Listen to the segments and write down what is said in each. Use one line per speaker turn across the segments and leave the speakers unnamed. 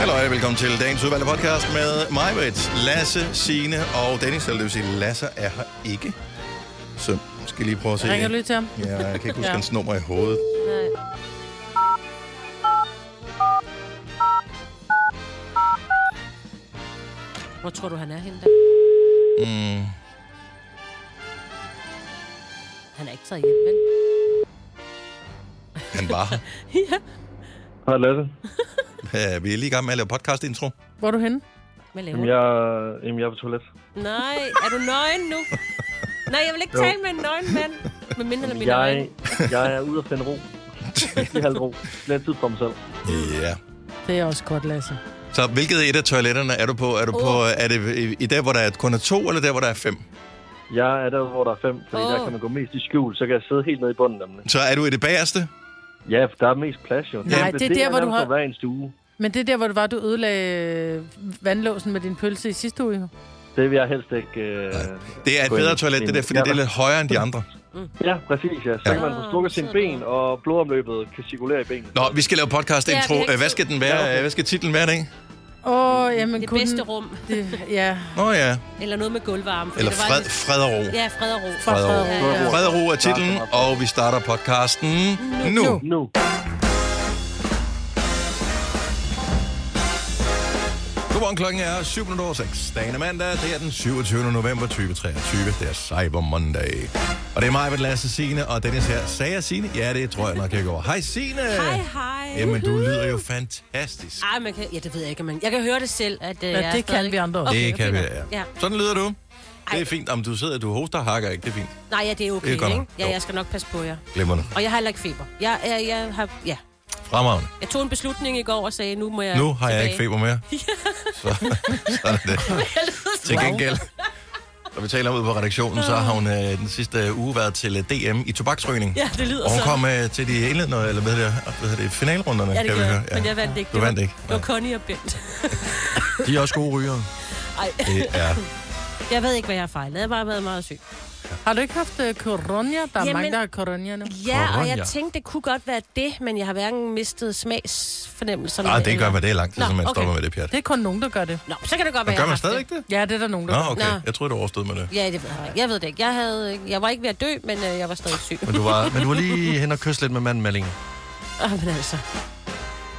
Hallo og velkommen til dagens udvalgte podcast med mig, Britt, Lasse, Signe og Dennis. Eller det vil sige, Lasse er her ikke. Så skal jeg lige prøve at se.
Ringer du lige til ham?
Ja, jeg kan ikke huske
Ja.
hans nummer i hovedet.
Hvor tror du, han er henne der?
Mm.
Han er ikke taget hjem, vel?
Han var her.
Hej Lasse.
Ja, vi er lige i gang med at lave podcast-intro.
Hvor er du henne?
Hvad laver
Jamen,
du?
jeg, jamen, jeg er på toilet.
Nej, er du nøgen nu? Nej, jeg vil ikke
Jo.
tale med en nøgen mand. Med mindre han er min
Jeg,
nøgen.
jeg er ude at finde ro. I halv ro. Lidt tid for mig selv.
Ja.
Det er også godt, Lasse.
Så hvilket et af toiletterne er du på? Er du på,
Åh.
er det i- i der, hvor der er, kun er to, eller der, hvor der er fem?
Jeg er der, hvor der er fem, fordi
Åh.
oh. der kan man gå mest i skjul, så kan jeg sidde helt nede i bunden nemlig.
Så er du i det bagerste?
Ja, for der er mest plads jo.
Nej, det er der, hvor du har-
Hver en stue.
Men det er der, hvor det var, du ødelagde øh, vandlåsen med din pølse i sidste uge. jo.
Det vil jeg helst ikke... Øh...
Det er et
Gå ind
bedre
i
toilet, det der,
min-
fordi det er lidt højere end de andre.
Mm.
Ja, præcis, ja. Så
Ja.
kan man få strukket sine ben, og blodomløbet kan cirkulere i benene.
Nå, vi skal lave
Ja, vi
podcast-intro.
har ikke
Øh, Hvad skal den være?
Ja, okay.
Hvad skal titlen være, ikke?
Åh, oh, jamen
Det
kunne
bedste
den-
rum.
Det, ja,
Nå ja.
Eller noget med gulvvarme. fordi
Eller
det var
fred,
lidt-
fred og ro.
Ja, fred og ro.
fra
Fred og ro.
Frederik.
Fred og ro.
Fred og ro er titlen, og vi starter podcasten nu.
Nu.
Godmorgen, klokken er 7.06. Dagen er mandag, det er den 27. november 2023. Det er Cyber Monday. Og det er mig, Lasse Signe, og Dennis her. Sagde jeg Signe? Ja, det tror jeg nok, jeg går. Hej Signe!
Hej, hej.
Jamen, du lyder jo fantastisk.
Ej, man kan... Ja, det ved jeg ikke, men jeg kan høre det selv, at uh,
ja, det kan vi andre også.
Okay.
Det kan vi,
fint.
ja.
Ja.
Sådan lyder du. Det
Ej.
er fint. Om du sidder, du hoster og hakker ikke, det er fint.
Nej, ja, det er okay,
Det er godt
ikke?
nok.
Ja,
Jo.
jeg skal nok passe på jer.
Glimrende.
Og jeg har heller ikke feber. Jeg, jeg, jeg har... Ja.
Fremragende.
Jeg tog en beslutning i går og sagde, nu må jeg
Nu har jeg ikke
tilbage.
feber mere. Så, så er det. Til gengæld, når vi taler om ude på redaktionen, så har hun øh, den sidste uge været til øh, DM i tobaksrygning.
Ja, det lyder
Og hun
så.
kom øh, til de indledende, eller hvad hedder det, hvad hedder det finalrunderne,
Ja, det
kan vi
gjorde
høre.
jeg, men jeg vandt ikke.
Du
Det var-
vandt ikke.
Det var Connie og Bent.
De er også gode rygere.
Ej,
Det er.
jeg ved ikke, hvad jeg har fejlet. Jeg har bare været meget syg.
Har du ikke haft uh, corona? Der er
Jamen-
jamen, mange, der har corona nu.
Ja, og
Corona.
jeg tænkte, det kunne godt være det, men jeg har hverken mistet smagsfornemmelserne.
Nej, Ah, det gør
eller-
man. Det er lang tid,
Nå,
som man
okay.
stopper med det pjat.
Det er kun nogen, der gør det.
Nå, så kan det godt være, jeg
Gør
har
man
haft
stadig ikke det?
Ja, det er der nogen, der
Nå,
gør.
okay.
Nå.
Jeg tror det overstod med det.
Ja, det ved jeg ikke. Jeg ved det ikke. Jeg, havde, jeg var ikke ved at dø, men øh, jeg var stadig syg.
Men du var, men du var lige hen og kysse lidt med manden Malling.
Åh, men altså,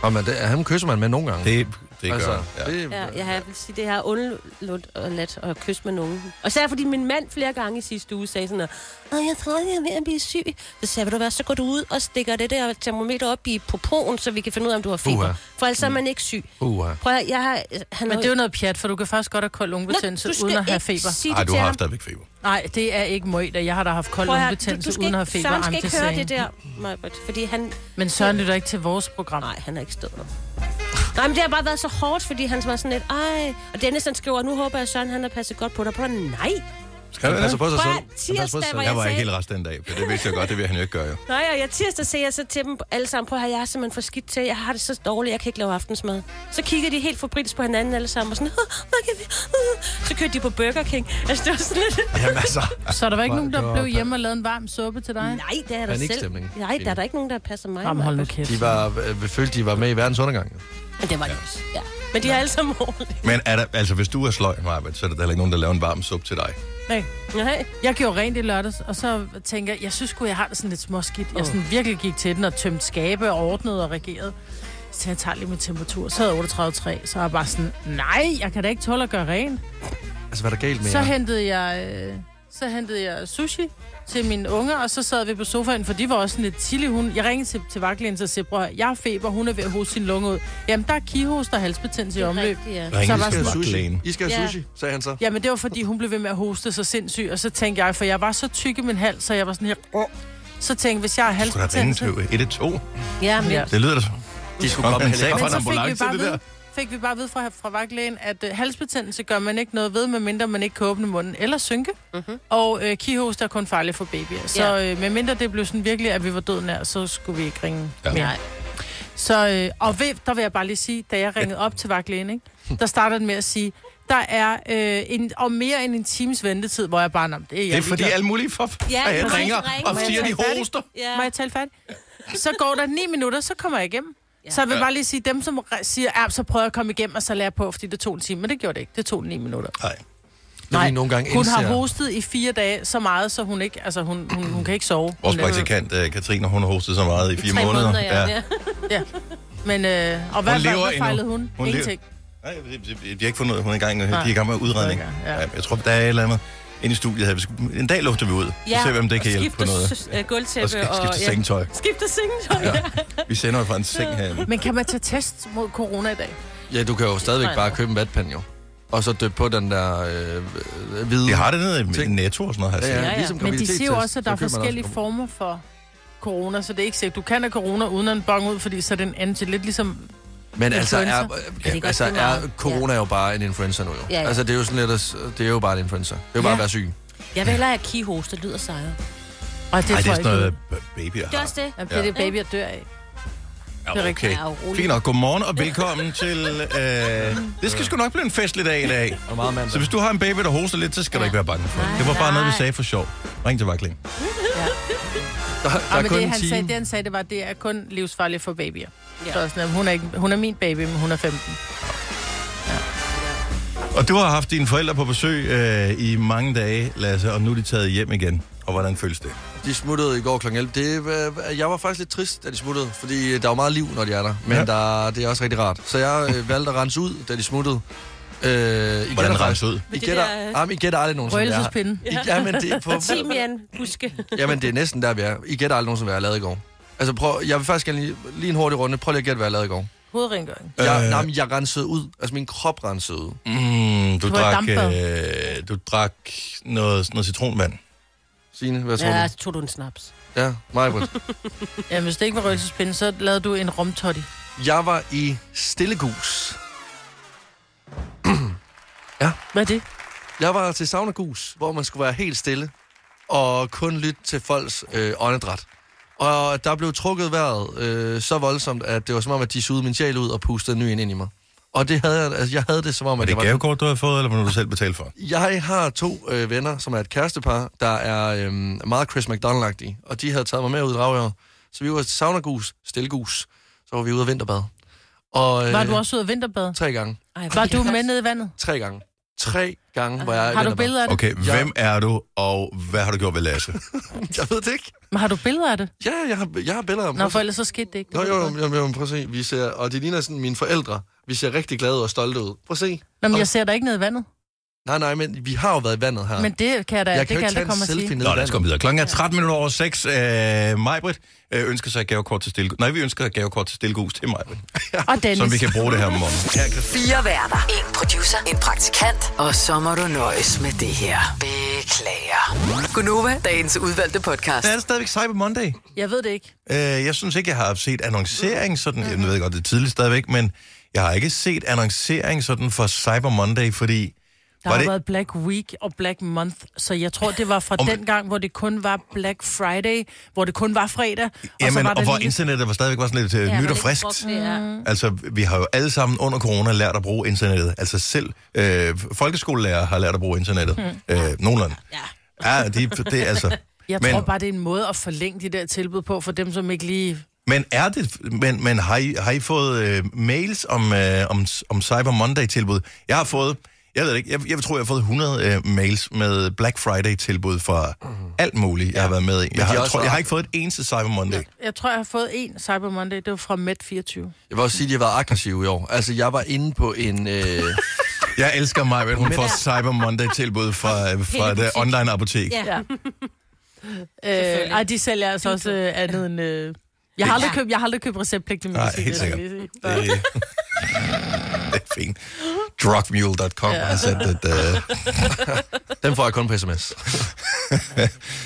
Og man, det, ham kysser man med nogle gange.
Det, det gør altså, ja.
det,
ja, jeg, har, jeg vil sige, det har undlundt og let at kysse med nogen. Og så er fordi min mand flere gange i sidste uge sagde sådan noget, Åh, jeg tror, jeg er ved at blive syg. Så sagde jeg, "Ved du hvad, så går du ud og stikker det der termometer op i popoen, så vi kan finde ud af, om du har feber.
Uha.
For ellers er man ikke syg.
Uha.
Prøv at, høre, jeg har... Han
Men
har-
det er jo noget pjat, for du kan faktisk godt have kold
Nå,
lungebetændelse
du skal
uden at have
ikke
feber.
sige det
Ej, du
til
har
ham.
haft stadigvæk feber.
Nej, det er ikke møjt, jeg har da haft kold
Prøv at høre,
lungebetændelse uden at have feber.
Søren
I'm
skal ikke
just
høre
saying.
det der, Majbert, fordi han...
Men Søren lytter ikke til vores program.
Nej, han er ikke stået op. Nej, men det har bare været så hårdt, fordi han var sådan lidt, ej... Og Dennis, han skriver, nu håber jeg, Søren, han har passet godt på dig. Prøv at høre, nej.
Skal
Han passer Altså på sig
Prøv
selv.
at-
Han passer
tirsdag
på sig
var
selv.
Jeg var
sagde-
ikke helt rest den dag, for det vidste jeg godt, det vil han jo ikke gøre. Jo.
Nej, og jeg tirsdag sagde jeg så til dem alle sammen, prøv at høre, jeg er simpelthen for skidt til, jeg har det så dårligt, jeg kan ikke lave aftensmad. Så kigger de helt forbrils på hinanden alle sammen, og sådan, hvad kan vi? Så kørte de på Burger King. Altså, det var sådan lidt...
Jamen altså.
Så der var ikke
Nej,
nogen,
det
der
var-
blev hjemme og lavede en varm suppe til dig?
Nej, det er der selv.
Panikstemning.
Nej, der er der ikke nogen, der passer mig.
Jamen, hold nu
Maj-Brit."
kæft.
De var, øh, følte, de var med i verdens undergang. jo.
Men det var det også, ja. Men de har alle sammen overlevet.
Men er der, altså, hvis du er sløj, Marvind, så er der heller ikke nogen, der laver en varm suppe til dig.
Nej.
Nej.
Jeg gjorde rent i lørdags, og så tænker jeg, jeg synes sgu, jeg har det sådan lidt småskidt. Jeg sådan virkelig gik til den og tømte skabe og ordnede og regerede. Så jeg tager lige min temperatur, så er 38,3, så er jeg bare sådan, nej, jeg kan da ikke tåle at gøre rent.
Altså, hvad er der galt med
Så
jer?
hentede jeg, øh, så hentede jeg sushi til mine unger, og så sad vi på sofaen, for de var også sådan lidt chili hun. Jeg ringede til, til vagtlægen, så siger, "Bror, jeg har feber, hun er ved at hoste sin lunge ud. Jamen, der er kihost og halsbetændelse i omløb.
Rigtigt, ja.
Ringe
var
til
sådan-
vagtlægen.
I skal
Ja.
have sushi, sagde han så.
Jamen, det var, fordi hun blev ved med at hoste så sindssygt, og så tænkte jeg, for jeg var så tyk i min hals, så jeg var sådan her... Åh. Så tænkte jeg, hvis jeg har
Skulle der ringe
halsbetændelse...
til 112?
Ja, men
Ja.
Det lyder da som.
De skulle
Nå,
komme
men
med
sagde
Men
for
så
helikopter.
en
fik vi
ambulance,
bare
det der.
ved, fik vi bare ved fra, fra vagtlægen, at øh, halsbetændelse gør man ikke noget ved, medmindre man ikke kan åbne munden eller synke. Mm-hmm. Og øh, kihost er kun farlig for babyer. Så
Mhm. Ja.
øh, medmindre det blev sådan virkelig, at vi var død nær, så skulle vi ikke ringe
Ja.
ja. mere.
Nej.
Så, øh, og ved, der vil jeg bare lige sige, da jeg ringede op til vagtlægen, ikke, der startede den med at sige, der er øh, en, og mere end en times ventetid, hvor jeg bare, "Nå, men det er jeg
Det er fordi
ligeglad."
alle mulige for
Ja,
ja,
præcis.
ringer
Ring.
og
Må jeg
siger, de
tage fat i-
hoster.
Ja.
Må jeg tale færdigt? Så går der 9 minutter, så kommer jeg igennem.
Ja.
Så jeg vil bare lige sige, dem som re- siger, ja, så prøver jeg at komme igennem, og så lærer jeg på, fordi det tog en time. Men det gjorde det ikke. Det tog ni minutter.
Nej.
Det er lige nogle gange
hun har
indser-
hostet i fire dage så meget, så hun ikke, altså hun, hun, hun kan ikke sove.
Vores
Hun er-
praktikant, øh, Katrine, hun har hostet så meget i fire
Tre
måneder.
måneder, ja. ja.
Ja. Men, øh, og hvad,
Hun
hvad,
lever
hvad
endnu.
fejlede hun?
Hun
hun?
lever.
Ingenting.
Nej, jeg, jeg, jeg, jeg har ikke fundet ud af, hun er i gang. De er
Nej.
i gang med udredning.
Okay, ja.
Ja, Jeg tror, der er et eller andet inde i studiet her. Vi skal- En dag lufter vi ud. Ja, så ser vi, om det kan hjælpe på noget.
Skifte øh, gulvtæppe
Og sk-
og...
skifte sengetøj.
Skifte sengetøj, ja.
Vi sender jo fra en seng her.
Men kan man tage test mod corona i dag?
Ja, du kan jo stadigvæk
Nej,
bare
nej.
købe en vatpand, jo. Og så døbe på den der øh, øh, hvide...
De har det nede i netto og sådan noget. Her,
Ja,
ja,
ja,
ja.
ja.
Ligesom
Men de siger jo
graviditetstest,
også, at der
så
er
køber man også
forskellige
dem.
former for corona, så det er ikke sikkert. Du kan have corona uden at bong ud, fordi så er det en anden til lidt ligesom...
Men altså er,
Influenza.
det
ja,
godt
altså
lige
er
meget?
corona jo bare en influencer nu jo.
Ja, ja.
Altså det er jo sådan lidt, at, det er jo bare en influencer. Det er jo bare
Ja.
at være syg.
Jeg vil hellere have keyhost, det lyder sejere.
Og det, tror
Ej, det er
jeg
sådan
ikke,
noget b- baby
Det er
har.
også det.
at det er det baby, jeg dør af.
Ja, okay.
Ja, rolig.
Fint nok. Godmorgen og velkommen til... Øh, det skal sgu nok blive en festlig dag i dag.
Og meget mand.
Så hvis du har en baby, der hoster lidt, så skal du ikke være bange for det.
Nej,
Det var bare noget, vi
nej.
sagde for sjov. Ring til vagtlægen.
der, der
Ja,
er
Ah, men
kun
det
en
han,
time.
sagde, det, han sagde, det var, at det er kun livsfarligt for babyer.
Ja.
Ja. Så er jeg sådan, at hun, er ikke, hun er min baby, men hun er 15.
Og du har haft dine forældre på besøg øh, i mange dage, Lasse, og nu er de taget hjem igen. Og hvordan føles det?
De smuttede i går kl. 11. Det, øh, jeg var faktisk lidt trist, da de smuttede, fordi øh, der er jo meget liv, når de er der. Men
Ja.
ja. der, det er også rigtig rart. Så jeg øh, valgte at rense ud, da de smuttede. Øh, I gætter
rense
faktisk-
ud?
I
Med det
gætter,
der, øh,
jamen, I gætter aldrig nogensinde, hvad jeg har-
Røgelsespinde.
I- Jamen, det er på,
Timian, huske.
jamen, det er næsten der, vi er. I gætter aldrig nogensinde, hvad jeg lavede i går. Altså, prøv, jeg vil faktisk gerne lige, lige en hurtig runde. Prøv lige at gætte, hvad jeg lavede i går.
Hovedrengøring.
Øh.
Jeg, nej, men jeg rensede ud. Altså, min krop rensede ud.
Mm, du,
Du har
drak,
dampbad.
øh, du drak noget, noget citronvand.
Signe, hvad tror
Ja,
ja.
så tog du en snaps.
du? Ja, mig,
Ja, hvis det ikke var røgelsespinde, så lavede du en romtotti.
Jeg var i Stillegus.
Hvad er det?
Jeg var til Saunagus, hvor man skulle være helt stille og kun lytte til folks øh, åndedræt. Og der blev trukket vejret øh, så voldsomt, at det var som om, at de sugede min sjæl ud og pustede ny ind, ind i mig. Og det havde jeg, altså, jeg havde det som om,
Var
at
det
jeg
et gavekort, du har fået, eller var du selv betalt for?
Jeg har to øh, venner, som er et kærestepar, der er øh, meget Chris mcdonald og de havde taget mig med ud i Dragør. Så vi var til Saunagus, Stillegus, så var vi ude og vinterbade. Og, øh,
Var du også ude at vinterbade?
Tre gange.
Ej, hvor
Var du
kan jeg
med
faktisk-
nede i vandet?
Tre gange. Tre gange var jeg i
Har du
vinterbad.
billeder af det?
Okay,
Ja.
hvem er du, og hvad har du gjort ved Lasse?
Jeg ved det ikke.
Men har du billeder af det?
Ja, jeg har, jeg har billeder.
Nå, for ellers så skete det ikke.
Nå, jo, jo, jo, jo, prøv at se. Vi ser, og det ligner sådan mine forældre. Vi ser rigtig glade og stolte ud. Prøv at se.
Nå, men jeg ser dig ikke nede i vandet.
Nej, nej, men vi har jo været i vandet her.
Men det kan jeg da,
jeg
det
kan
kan
jo
jeg
ikke
da
tage en
komme og
selfie
sige.
nede
Nå,
i
lad os komme
vandet.
videre. Klokken er 13 minutter over 6. Øh, Majbrit øh, ønsker sig et gavekort til Stillegus. Nej, vi ønsker et gavekort til Stillegus til Majbrit,
Og Dennis.
som vi kan bruge det her om morgenen. Her kan
Fire værter. En producer. En praktikant. Og så må du nøjes med det her. Beklager. Gunova, dagens udvalgte podcast.
er det stadigvæk Cyber Monday.
Jeg ved det ikke.
Øh, jeg synes ikke, jeg har set annoncering sådan. Jeg ved godt, det er tidligt stadigvæk, men jeg har ikke set annoncering sådan for Cyber Monday, fordi...
Der
var
har
det,
været Black Week og Black Month, så jeg tror, det var fra
Om-
den gang, hvor det kun var Black Friday, hvor det kun var fredag. og så
jamen,
var
og, og hvor
lille-
internettet var stadigvæk var sådan lidt ja, nyt og friskt.
Mm.
Altså, vi har jo alle sammen under corona lært at bruge internettet. Altså selv øh, folkeskolelærer har lært at bruge internettet. Mm. Øh, nogenlunde. Ja, ja de, det er altså...
Jeg men... tror bare, det er en måde at forlænge de der tilbud på, for dem, som ikke lige...
Men er det, men, men har, I, har I fået øh, mails om, øh, om, om Cyber Monday-tilbud? Jeg har fået, jeg ved det ikke, jeg, jeg tror, jeg har fået 100 øh, mails med Black Friday-tilbud fra alt muligt, jeg har været med i. Jeg
Mm. de
har,
er
jeg
også-
tror, jeg har ikke fået et eneste Cyber Monday.
Jeg tror, jeg har fået en Cyber Monday, det var fra Met 24.
Jeg vil også sige, at jeg har været aggressiv i år. Altså, jeg var inde på en... Øh,
Jeg elsker mig, at hun får Cyber Monday-tilbud fra, øh, fra et øh, online-apotek.
Ja.
Øh, ej, de sælger altså også øh, andet end... Øh... Jeg har aldrig købt, jeg har aldrig købt receptpligtig
Nej,
medicin. det er
helt sikkert.
jeg lige sige.
Det, det er fint. Drugmule.com har sendt et... Øh,
den får jeg kun på sms.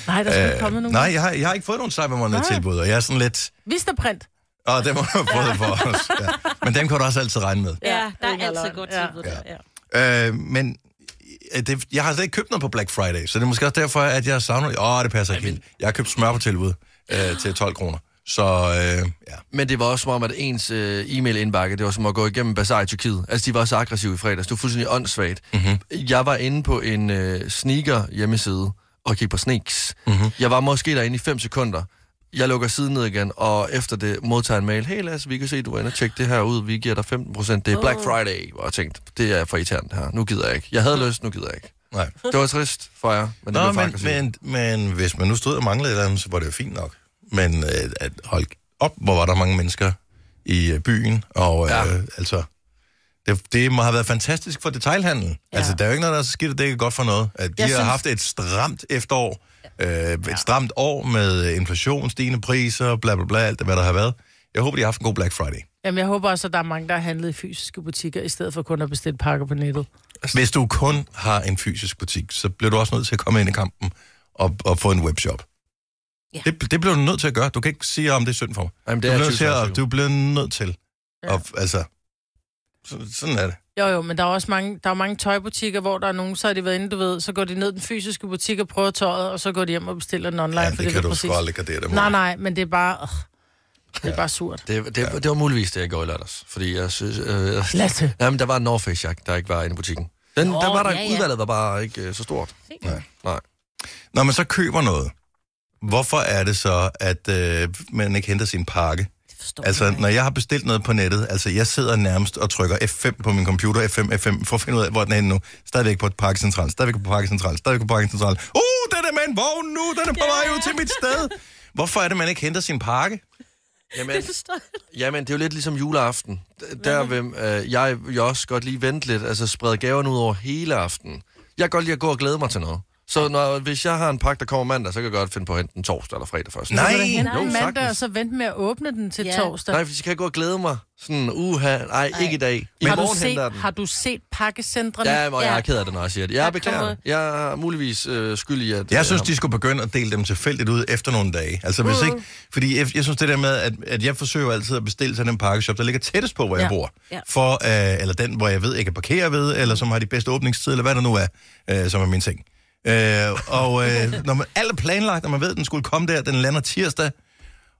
Nej, der skulle øh, komme nogen.
nej, jeg har, jeg har ikke fået nogen Cyber Monday-tilbud, og jeg er sådan lidt...
Visterprint.
Åh, dem har du fået for os. Ja. Men dem kan du også altid regne med.
ja, der
det
er
er
altid
løgn.
godt
Ja.
tilbud der. Ja.
Øh, men øh, det, jeg har slet ikke købt noget på Black Friday, så det er måske også derfor, at jeg savner... Åh, det passer ikke helt. Jeg har købt smør på tilbud øh, til 12 kroner. Så øh, ja.
Men det var også som om, at ens øh, e-mail-indbakke, det var som at gå igennem bazaar i Tyrkiet. Altså, de var så aggressive i fredags. Det var fuldstændig åndssvagt.
mhm,
Mm-hmm. Jeg var inde på en
mhm.
øh, sneaker hjemmeside og kiggede på sneaks. Mm-hmm. Jeg var måske derinde i 5 sekunder. Jeg lukker siden ned igen, og efter det modtager en mail. Hey Lasse, vi kan se, du er inde og tjekke det her ud. Vi giver dig 15 procent. Det er Black Friday. Og jeg tænkte, det er for irriterende det her. Nu gider jeg ikke. Jeg havde lyst, nu gider jeg ikke.
Nej.
Det var trist for jer, men det
Nå,
blev
men,
faktisk men...
men, men hvis man nu stod og manglede et eller andet, så var det jo fint nok. Men øh, at hold op, hvor var der mange mennesker i øh, byen, og øh, ja.
Ja.
altså, det, det må have været fantastisk for detailhandlen. Ja. Altså, der er jo ikke noget, der er så skidt, at det ikke er godt for noget. At de jeg har
synes-
synes... haft et stramt efterår, øh, et stramt år med øh, inflation, stigende priser, bla bla bla, alt hvad der har været. Jeg håber, de har haft en god Black Friday.
Jamen, jeg håber også, at der er mange, der har handlet i fysiske butikker, i stedet for kun at bestille pakker på nettet.
Hvis du kun har en fysisk butik, så bliver du også nødt til at komme ind i kampen og, og få en webshop.
Ja.
Ja. Det, det bliver du nødt til at gøre. Du kan ikke sige, om det er synd for mig.
Jamen,
Du
det er
bliver nødt til at,
2023.
du bliver nødt til.
Ja.
Ja. Og, altså, så, sådan er det.
Jo, jo, men der er også mange, der er mange tøjbutikker, hvor der er nogen, så har de været inde, du ved, så går de ned i den fysiske butik og prøver tøjet, og så går de hjem og bestiller den online,
Ja,
ja,
det,
fordi
det kan du sgu aldrig gardere dig mod.
Nej, nej, men det er bare... Øh, det er bare surt.
Det, det, det, var muligvis det, jeg gjorde i lørdags. Fordi jeg synes... Øh,
Lasse.
jamen, der var en Norface jakke, der ikke var inde i butikken. Den,
Nå,
der var der,
ja, ja.
Udvalget var bare ikke øh, så stort.
Nej.
Nej.
Når man så køber noget, hvorfor er det så, at øh, man ikke henter sin pakke?
Det forstår jeg
Altså,
ikke.
når jeg har bestilt noget på nettet, altså jeg sidder nærmest og trykker F5 på min computer, F5, F5, for at finde ud af, hvor den er henne nu. Stadigvæk på pakkecentral, stadigvæk på pakkecentral, stadigvæk på pakkecentral. Uh, den er med en vogn nu, den er på vej ud til mit sted. Hvorfor er det, man ikke henter sin pakke?
Jamen,
forstår jeg ikke.
Jamen, det er jo lidt ligesom juleaften. D- Der
Mhm.
vil øh, jeg jo også godt lige vente lidt, altså sprede gaverne ud over hele aftenen. Jeg kan godt lide at gå og glæde mig til noget. Så når, hvis jeg har en pakke, der kommer mandag, så kan jeg godt finde på at hente den torsdag eller fredag først.
Nej.
Så vil jeg hente
Jo,
en mandag,
sagtens.
og så vente med at åbne den til
Ja.
ja. torsdag.
Nej, for så kan jeg gå og glæde mig. Sådan, uha, nej, ikke i dag. I
har, du
morgen
set,
henter jeg den.
har du set pakkecentrene?
Ja, og jeg
Ja.
er ked af det, når jeg siger det. Jeg
Der
beklager.
kommer-
Jeg er muligvis øh, skyldig, at...
Jeg synes, de skulle begynde at dele dem tilfældigt ud efter nogle dage. Altså, hvis ikke, fordi jeg, jeg synes det der med, at, at jeg forsøger jo altid at bestille til den pakkeshop, der ligger tættest på, hvor ja.
Ja.
jeg bor.
Ja.
For, øh, eller den, hvor jeg ved, jeg kan parkere ved, eller som har de bedste åbningstider, eller hvad der nu er, øh, som er min ting. Øh, og øh, når man alt er planlagt, og man ved, at den skulle komme der, den lander tirsdag,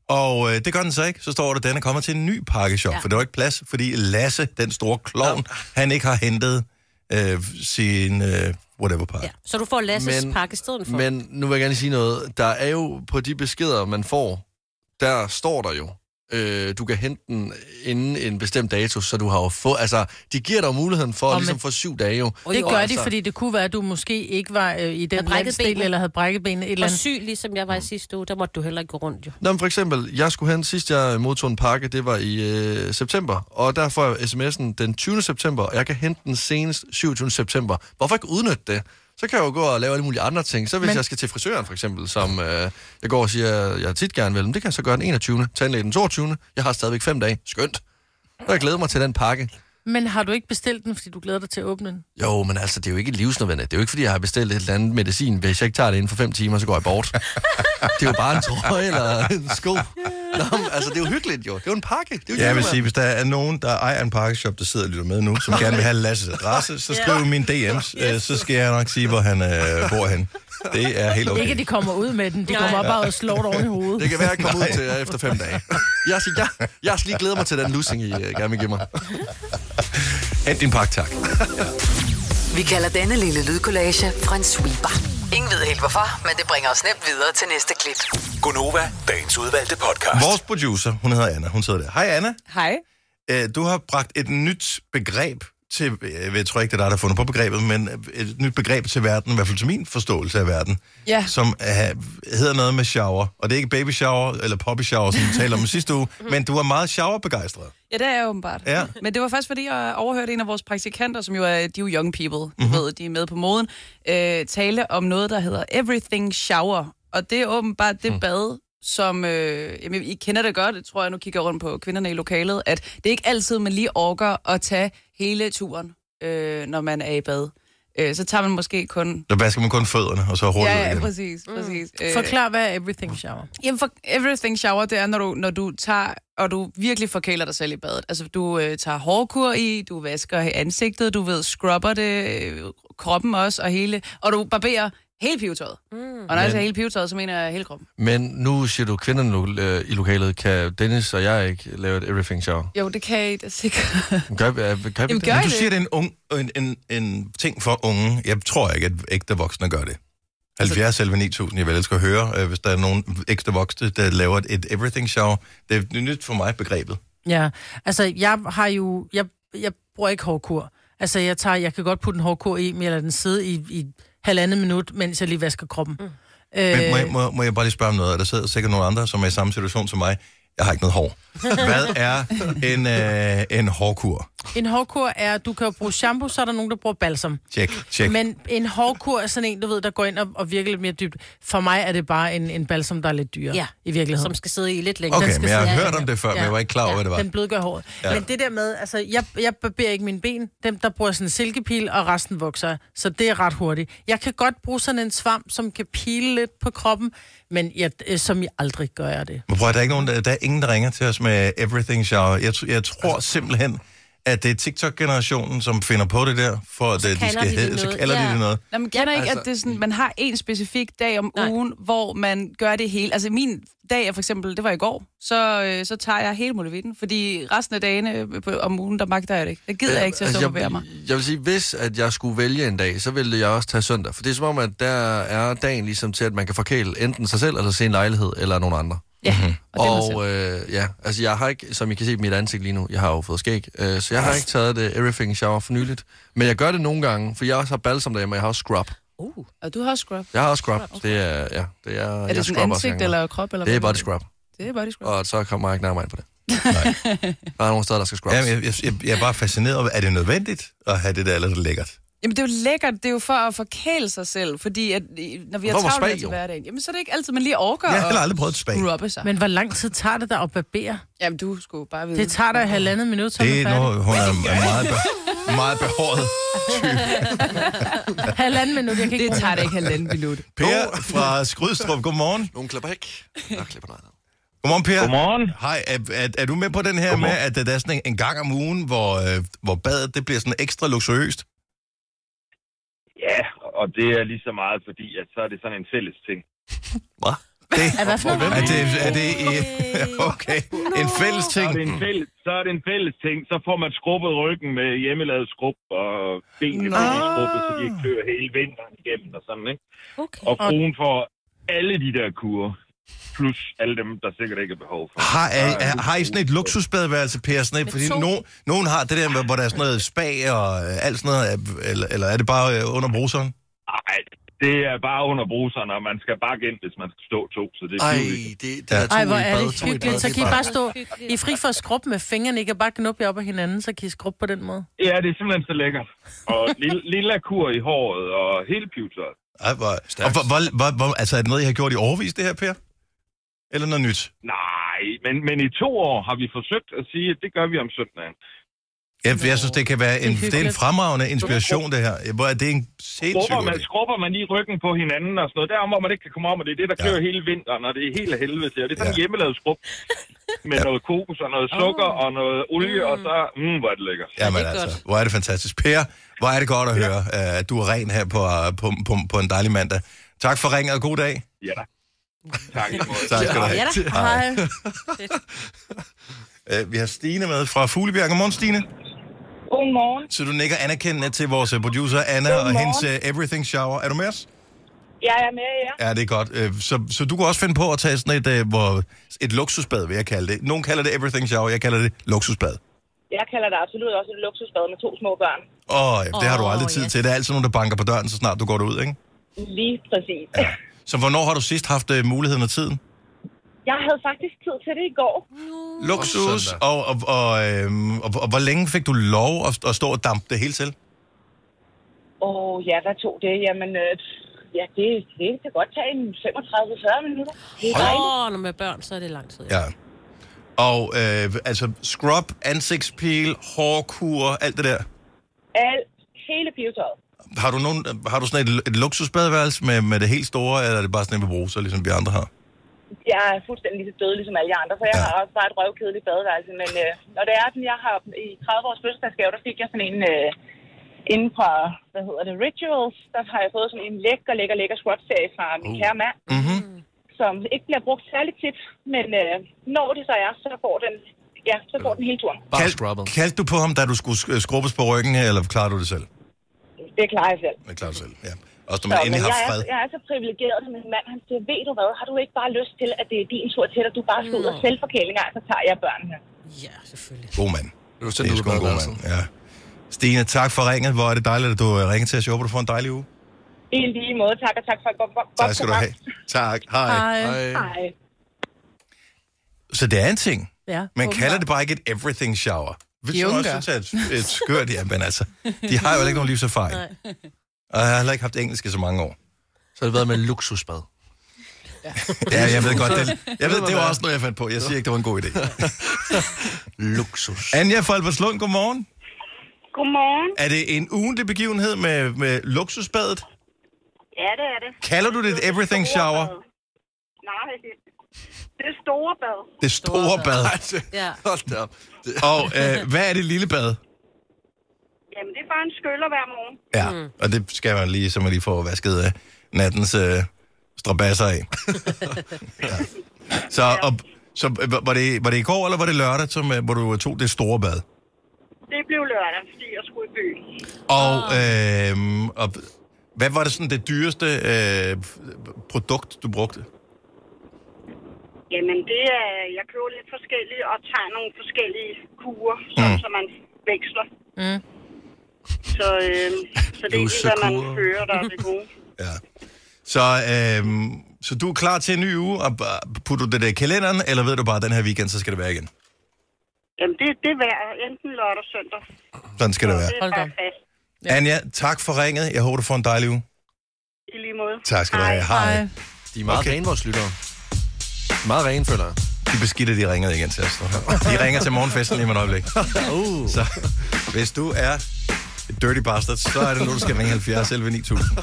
og øh, det gør den så ikke. Så står der, at den er kommet til en ny pakkeshop, ja. for der var ikke plads, fordi Lasse, den store klovn, han ikke har hentet øh, sin øh, whatever-pakke.
Ja. Så du får Lasses
Men-
pakke i stedet for.
Men nu vil jeg gerne sige noget. Der er jo på de beskeder, man får, der står der jo, øh, du kan hente den inden en bestemt dato, så du har jo få, altså, de giver dig jo muligheden for,
men-
at ligesom for syv dage jo.
Det
jo,
gør de,
altså.
fordi det kunne være, at du måske ikke var øh, i den
Havde brækket
landsdel,
benet.
eller havde brækket benet et eller
Og
andet.
syg, ligesom jeg var i
Mm.
sidste uge, der måtte du heller ikke gå rundt, jo.
Nå, men for eksempel, jeg skulle hen, sidst jeg modtog en pakke, det var i øh, september, og der får jeg sms'en den 20. september, og jeg kan hente den senest 27. september. Hvorfor ikke udnytte det? Så kan jeg jo gå og lave alle mulige andre ting. Så hvis
Men-
men... jeg skal til frisøren, for eksempel, som øh, jeg går og siger, jeg tit gerne vil, men det kan jeg så gøre den 21. Tandlæge den 22. Jeg har stadigvæk fem dage. Skønt. Og jeg glæder mig til den pakke.
Men har du ikke bestilt den, fordi du glæder dig til at åbne den?
Jo, men altså, det er jo ikke livsnødvendigt. Det er jo ikke, fordi jeg har bestilt et eller andet medicin. Hvis jeg ikke tager det inden for fem timer, så går jeg bort. det er jo bare en trøje eller en sko. Nå, men, altså, det er jo hyggeligt, jo. Det er jo en pakke. Det er jo
Ja, jeg vil
julemand.
sige, hvis der er nogen, der ejer en pakkeshop, der sidder og lytter med nu, som gerne vil have Lasses adresse, så skriv min DM's, øh, så skal jeg nok sige, hvor han øh, bor hen. Det er helt
Okay. Ikke,
okay.
at de kommer ud med den. De kommer bare og slår dig oven i hovedet.
Det kan være, at jeg kommer ud til jer efter fem dage. Jeg, siger, jeg, jeg skal lige glæder mig til den lussing, I øh, gerne vil give mig.
Hent din pakke, tak.
Vi kalder denne lille lydkollage en sweeper. Ingen ved helt hvorfor, men det bringer os nemt videre til næste klip.
Gunova, dagens udvalgte podcast.
Vores producer, hun hedder Anna, hun sidder der. Hej Anna,
Hej.
øh, du har bragt et nyt begreb til, øh, jeg tror ikke, det er dig, der har fundet på begrebet, men øh, et nyt begreb til verden, i hvert fald til min forståelse af verden,
Ja.
som øh, hedder noget med shower. Og det er ikke baby shower eller poppy shower, som vi talte om sidste uge, men du er meget shower-begejstret.
Ja, det er jeg åbenbart.
Ja.
Men det var faktisk, fordi jeg overhørte en af vores praktikanter, som jo er, de er jo young people, du mm-hmm. ved, de er med på moden, øh, tale om noget, der hedder everything shower. Og det er åbenbart det bad, som, øh, jamen, I kender det godt, tror jeg, nu kigger jeg rundt på kvinderne i lokalet, at det er ikke altid, man lige orker at tage hele turen, øh, når man er i bad. Øh, så tager man måske kun...
Der vasker man kun fødderne, og så hurtigt
Ja,
ud
ja,
igen.
præcis, præcis. Mm.
Forklar, hvad er everything shower?
Jamen, for everything shower, det er, når du, når du tager, og du virkelig forkæler dig selv i badet. Altså, du øh, tager hårkur i, du vasker ansigtet, du ved, scrubber det, øh, kroppen også, og hele, og du barberer hele pivetøjet. Mm. Og når jeg siger hele pivetøjet, så mener jeg hele kroppen.
Men nu siger du, kvinderne lo- øh, i lokalet, kan Dennis og jeg ikke lave et everything show?
Jo, det kan I da sikkert.
Gør, øh, kan vi
Jamen,
det?
gør
Men
I
du
det?
siger, det er en, ung, en, en, en ting for unge. Jeg tror ikke, at ægte voksne gør det.
Altså-
70 11 9000, jeg vil elske at høre, øh, hvis der er nogen ekstra voksne, der laver et- et everything show. Det er nyt for mig, begrebet.
Ja, altså jeg har jo, jeg, jeg bruger ikke hårdkur. Altså jeg tager, jeg kan godt putte en hårdkur i, men jeg lader den sidde i, i halvandet minut, mens jeg lige vasker kroppen. Mm.
Men
Øh.
må, jeg- må, må jeg bare lige spørge om noget? Og Der sidder sikkert nogle andre, som er i samme situation som mig. Jeg har ikke noget hår. Hvad er en, øh, en hårkur?
Øh, En hårdkur er, du kan jo bruge shampoo, så er der nogen, der bruger balsam.
Tjek, tjek. Men...
Men en hårdkur er sådan en, du ved, der går ind og, og virker lidt mere dybt. For mig er det bare en, en balsam, der er lidt dyrere
Ja.
ja. i virkeligheden.
som skal sidde i lidt længere.
Okay,
den skal
men jeg
sidde-
har
ja,
hørt
ja,
om det før, men
ja.
jeg var ikke klar over, hvad det var.
Den blødgør håret.
Ja.
Ja. Men det der med, altså, jeg, jeg barberer ikke mine ben. Dem, der bruger sådan en silkepil, og resten vokser. Så det er ret hurtigt. Jeg kan godt bruge sådan en svamp, som kan pile lidt på kroppen, men jeg, øh, som jeg aldrig gør jeg det.
Men prøv, at, der er, ikke nogen, der, der er ingen, der ringer til os med everything show. Jeg, tr- jeg tror simpelthen, at det er TikTok-generationen, som finder på det der, for at øh, de
kalder
skal
de det
hedde, så
noget.
kalder de
Ja.
det noget.
Nå, man kender ikke,
altså,
at det er
mm.
sådan, man har en specifik dag om Nej. ugen, hvor man gør det hele. Altså min dag er for eksempel, det var i går, så, øh, så tager jeg hele muligheden, fordi resten af dagene øh, på, om ugen, der magter jeg det ikke. Jeg gider ikke til at stå og bevæge mig.
Øh, altså, Jeg, jeg vil sige, hvis at jeg skulle vælge en dag, så ville jeg også tage søndag. For det er som om, at der er dagen ligesom til, at man kan forkæle enten sig selv, eller se en lejlighed, eller nogen andre.
Ja,
Mhm.
og det er mig selv.
Og øh, ja, altså jeg har ikke, som I kan se på mit ansigt lige nu, jeg har jo fået skæg, øh, så jeg har ikke taget det everything shower for nyligt. Men jeg gør det nogle gange, for jeg også har balsam derhjemme, og jeg har også scrub.
Uh,
Og du har scrub.
Jeg har også scrub. Det er, ja, det er,
Er
jeg
det sådan
scrubber også
ansigt
gange.
eller krop? Eller
Det er
hvad?
body scrub.
Det er body scrub.
Og så kommer jeg ikke nærmere ind på det. Nej. Der er nogle steder, der skal scrubs.
Jamen, jeg, jeg, jeg, jeg er bare fascineret over, er det nødvendigt at have det der, eller er det lækkert?
Jamen, det er jo lækkert. Det er jo for at forkæle sig selv, fordi at, i- når vi har
Hvor var
travlt
spa,
med til
jo?
hverdagen, jamen, så er det ikke altid, man lige overgår
Jeg har heller aldrig prøvet et spa.
at rubbe
altså.
sig. Men,
Men hvor lang tid tager det dig at barbere?
jamen, du skulle bare vide.
Det tager dig halvandet minut, så er
Det
man
er noget,
færdig.
hun er en meget, be, meget behåret.
Halvandet minut, jeg kan ikke
det tager det ikke halvanden minut.
Per fra Skrydstrup, godmorgen.
Nogle klipper ikke. Jeg klipper noget.
Godmorgen, Per.
Godmorgen.
Hej, er, er, er du med på den her Godmorgen. med, at øh, der er sådan en, en gang om ugen, hvor, øh, hvor badet det bliver sådan ekstra luksuriøst?
Ja, og det er lige så meget, fordi at så er det sådan en fælles ting.
Det,
Er hvad for noget?
er det, er det øh, okay, en fælles
Så
ting?
er det en fælles, så er det en fælles ting. Så får man skrubbet ryggen med hjemmelavet skrub, og benene
Nå.
bliver lige skrubbet, så de ikke kører hele vinteren igennem og sådan, ikke?
okay.
Og fruen får alle de der kurer, plus alle dem, der sikkert ikke er behov for.
Har, er, er, har I sådan et luksusbadeværelse, Per? Sådan et, fordi
to.
nogen, nogen har det der, med, hvor der er sådan noget spa og øh, alt sådan noget, øh, eller, eller er det bare øh, under bruseren?
Nej, det er bare under bruseren, og man skal bare ind, hvis man skal stå to, så det er
Ej,
tydeligt.
det, det er to
Ej,
i
hvor
et
er
bad,
det
to i et bad,
hyggeligt. Så
det
kan I
er
bare
bare-
stå... I er fri for at skrubbe med fingrene. I kan bare knuppe jer op af hinanden, så kan I skrubbe på den måde.
Ja, det er simpelthen så lækkert. Og lille, lille kur i håret, og hele pivetøjet.
Ej, hvor, og hvor, hvor, hvor, hvor, altså, er det noget, I har gjort i overvis, det her, Per? Eller noget nyt?
Nej, men, men i to år har vi forsøgt at sige, at det gør vi om søndagen.
Jeg, jeg synes, det kan være en, det er en
hyggeligt.
fremragende inspiration, det her. Hvor er det en sindssyg
Skrubber man,
idé.
skrubber man lige ryggen på hinanden og sådan noget. Derom, hvor man ikke kan komme om, og det er det, der
Ja.
kører hele vinteren, og det er helt af helvede til. Og det er sådan en
Ja.
hjemmelavet skrub med noget kokos og noget sukker og noget olie, og så, mm, hvor er det lækkert.
Jamen
det er
altså,
godt.
hvor er det fantastisk. Per, hvor er det godt at høre, øh, at du er ren her på, øh, på, på, på en dejlig mandag. Tak for ringen, og god dag.
Ja da. Tak. i måde.
Tak skal du
Ja
have.
da.
Hej. Øh, Vi har Stine med fra Fuglebjerg. Godmorgen, Stine.
Godmorgen.
Så du nikker anerkendende til vores øh, producer, Anna, og
Godmorgen.
hendes øh, Everything Shower. Er du med os?
Jeg er med jer.
Ja, det er godt. Øh, Så, så du kunne også finde på at tage sådan et, øh, hvor, et luksusbad, vil jeg kalde det. Nogen kalder det Everything Shower, jeg kalder det luksusbad.
Jeg kalder det absolut også et luksusbad med to små børn.
Åh, oh, det har du
Åh,
aldrig tid
ja.
til. Der er altid nogen, der banker på døren, så snart du går derud, ikke?
Lige præcis. Ja.
Så hvornår har du sidst haft øh, muligheden og tiden?
Jeg havde faktisk tid til det i går.
Luksus,
søndag.
og, og, og, øhm, og, og hvor længe fik du lov at, at stå og dampe det hele til?
Åh, ja, hvad tog det? Jamen, øh, ja, det, det kan godt tage en 35-40 minutter. Det er dejligt.
Åh, når med børn, så er det lang tid. Ja.
Ja. Og øh, altså scrub, ansigtspil, hårkur, alt det der.
Alt, hele pivetøjet.
Har du, nogen, øh, har du sådan et, et luksusbadeværelse med, med det helt store, eller er det bare sådan en ved så ligesom vi andre har?
Jeg er fuldstændig lige så død, ligesom alle jer andre, så jeg
Ja.
ja. har også bare et røvkedeligt badeværelse. Men øh, når det er sådan, jeg har i 30-års fødselsdagsgave, der fik jeg sådan en... Øh, inden fra, hvad hedder det, Rituals, der har jeg fået sådan en lækker, lækker, lækker squat-serie fra min uh. kære mand.
Mm-hmm.
som ikke bliver brugt særlig tit, men øh, når det så er, så går den, ja, så går den hele turen.
Bare
Kald,
scrubbet.
kaldte du på ham, da du skulle sk- øh, skrubbes på ryggen, eller klarede du det selv?
Det klarer jeg selv.
Det klarer du selv, ja. Også når man endelig
men
har
jeg, er,
fred.
jeg er så privilegeret, at min mand han siger, ved du hvad, har du ikke bare lyst til, at det er din tur til, at du bare skal ud og selvforkæle en gang, så tager jeg børnene.
Ja, selvfølgelig.
God mand. Det er sgu en god mand, ja. Stine, tak for ringet. Hvor er det dejligt, at du øh, ringede til os. Jeg håber, du får en dejlig uge.
I lige måde, tak, og tak for et godt, godt
Tak skal du
program.
have. Tak. Hej.
Hej.
Så det er en ting.
Ja,
Man kalder det bare ikke et everything shower. Hvis
De
jeg
unge
også
gør.
synes, at et, et skørt, ja, men altså, de har jo heller ikke nogen livserfaring. Og jeg har heller ikke haft engelsk i så mange år. Så har det været med luksusbad. Ja, jeg ved godt, det, jeg ved, det var også noget, jeg fandt på. Jeg siger ikke, det var en god idé. Luksus. Anja fra Albertslund, godmorgen.
Godmorgen.
Er det en ugentlig begivenhed med, med luksusbadet?
Ja, det er det.
Kalder du det et everything shower?
Nej, det, det er store bad.
Det store bad.
Ja.
Hold da op.
Og øh, hvad er det lille bad?
Jamen, det er bare en skyller hver morgen.
Ja, mm. og det skal man lige, så man lige får vasket øh, nattens øh, strabasser af. ja. Så, og, så øh, var, det, var det i går, eller var det lørdag, som, øh, hvor du tog det store bad?
Det blev lørdag, fordi jeg skulle i byen.
Og, øh, og hvad var det sådan det dyreste øh, produkt, du brugte?
Jamen, det er, jeg køber lidt forskellige og tager nogle forskellige kurer, som, mm. så man veksler.
Mm.
Så, øh, så det er ikke, hvad man fører, der er det gode.
Så, øh, så du er klar til en ny uge, og b- putter du det der i kalenderen, eller ved du bare, at den her weekend, så skal det være igen?
Jamen, det, det er hver, enten lørdag og søndag.
Sådan skal det være.
Det er bare fast.
Ja. Anja, tak for ringet. Jeg håber, du får en dejlig uge.
I lige måde.
Tak skal du have. Hej. Hej.
De er meget okay. rene, vores lyttere. Meget rene, føler jeg.
De beskidte, de ringede igen til os. De ringer til morgenfesten lige om et øjeblik. Uh. Så hvis du er et dirty bastard, så er det nu, du skal ringe 70 11 9000.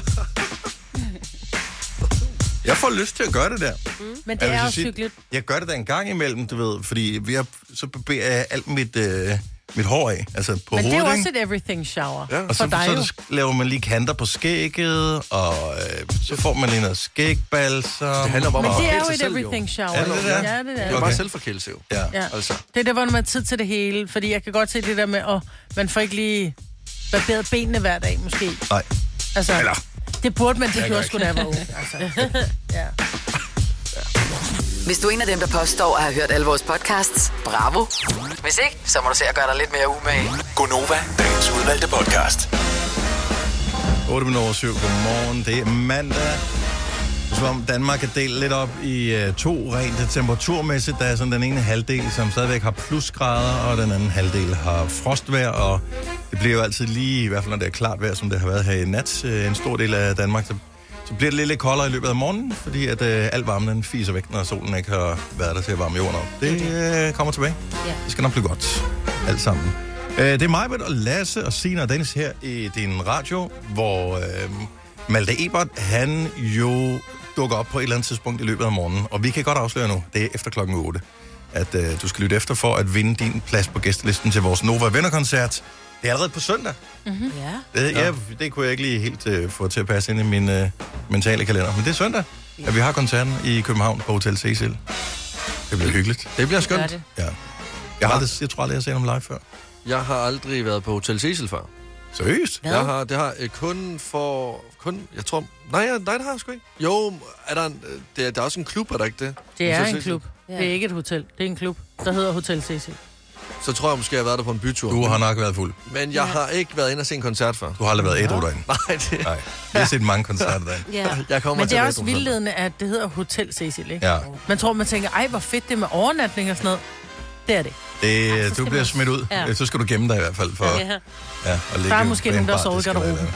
Jeg får lyst til at gøre det der.
Mm. Men det
Altså, hvis
er
jeg
også
siger-
hyggeligt.
Jeg gør det da en gang imellem, du ved, fordi vi har, så barberer jeg alt mit, øh, mit hår af, altså på
Men det
hovedet.
er jo
ikke?
også et everything shower. Ja.
Og
For
så,
dig jo.
så laver man lige kanter på skægget, og øh, så får man lige noget skægbalsam. Det handler
om Men at det er jo forkæle sig et selv, jo. everything shower.
Er det det?
Ja, det er det. Det er bare
selvforkælelse jo.
Ja.
Ja.
Altså.
Det er der, hvor man har tid til det hele. Fordi jeg kan godt se det der med, at man får ikke lige barberet benene hver dag, måske.
Nej.
Altså,
Eller-
det burde man, det
Jeg
gjorde
gør
sgu
ikke.
da jeg var ung. Altså. ja.
Hvis du er en af dem, der påstår at have hørt alle vores podcasts, bravo. Hvis ikke, så må du se at gøre dig lidt mere umage.
Gonova, dagens udvalgte podcast.
8 minutter over 7. Godmorgen. Det er mandag. Som om Danmark er delt lidt op i øh, to rent temperaturmæssigt. Der er sådan den ene halvdel, som stadigvæk har plusgrader, og den anden halvdel har frostvejr, og det bliver jo altid lige, i hvert fald når det er klart vejr, som det har været her i nat, øh, en stor del af Danmark, så, så bliver det lidt, lidt koldere i løbet af morgenen, fordi at øh, al varmen den fiser væk, når solen ikke har været der til at varme jorden op. Det øh, kommer tilbage.
Ja.
Det skal nok blive godt. Alt sammen. Øh, det er mig, og Lasse og Sina og Dennis her i din radio, hvor øh, Malte Ebert, han jo dukker op på et eller andet tidspunkt i løbet af morgenen. Og vi kan godt afsløre nu, det er efter klokken 8, at øh, du skal lytte efter for at vinde din plads på gæstelisten til vores Nova Venner-koncert. Det er allerede på søndag.
Mm-hmm. Ja.
Det, Øh, ja. jeg, det kunne jeg ikke lige helt øh, få til at passe ind i min øh, mentale kalender. Men det er søndag, ja. at vi har koncerten i København på Hotel Cecil. Det bliver hyggeligt.
Det bliver skønt. Det
Ja. Jeg, har aldrig, jeg tror aldrig, jeg har set ham live før.
Jeg har aldrig været på Hotel Cecil før.
Seriøst?
Jeg har, det har øh, kun for... Kun, jeg tror... Nej, jeg- nej, det har jeg sgu ikke. Jo, er der, en, øh, det er, der er også en klub, er der ikke det?
Det er
Hotel
en
Cecil.
klub.
Ja.
Det er ikke et hotel. Det er en klub, der hedder Hotel Cecil.
Så tror jeg måske, jeg har været der på en bytur.
Du har nok været fuld.
Men jeg har ikke været inde og se en koncert før.
Du har aldrig været ædru derinde.
Nej, det...
Nej. Jeg har set mange koncerter derinde.
Ja.
Jeg kommer
Men
til
det er
at
også
være ædru.
vildledende, at det hedder Hotel Cecil, ikke?
Ja.
Man tror, man tænker, ej, hvor fedt det er med overnatning og sådan noget. Det er det.
Det, du bliver smidt ud.
Ja.
Ja. Så skal du gemme dig i hvert fald for...
Ja.
Ja, og ligge
Der er måske
bag en
nogen, der
bar,
sover i
det skal der
garderoben.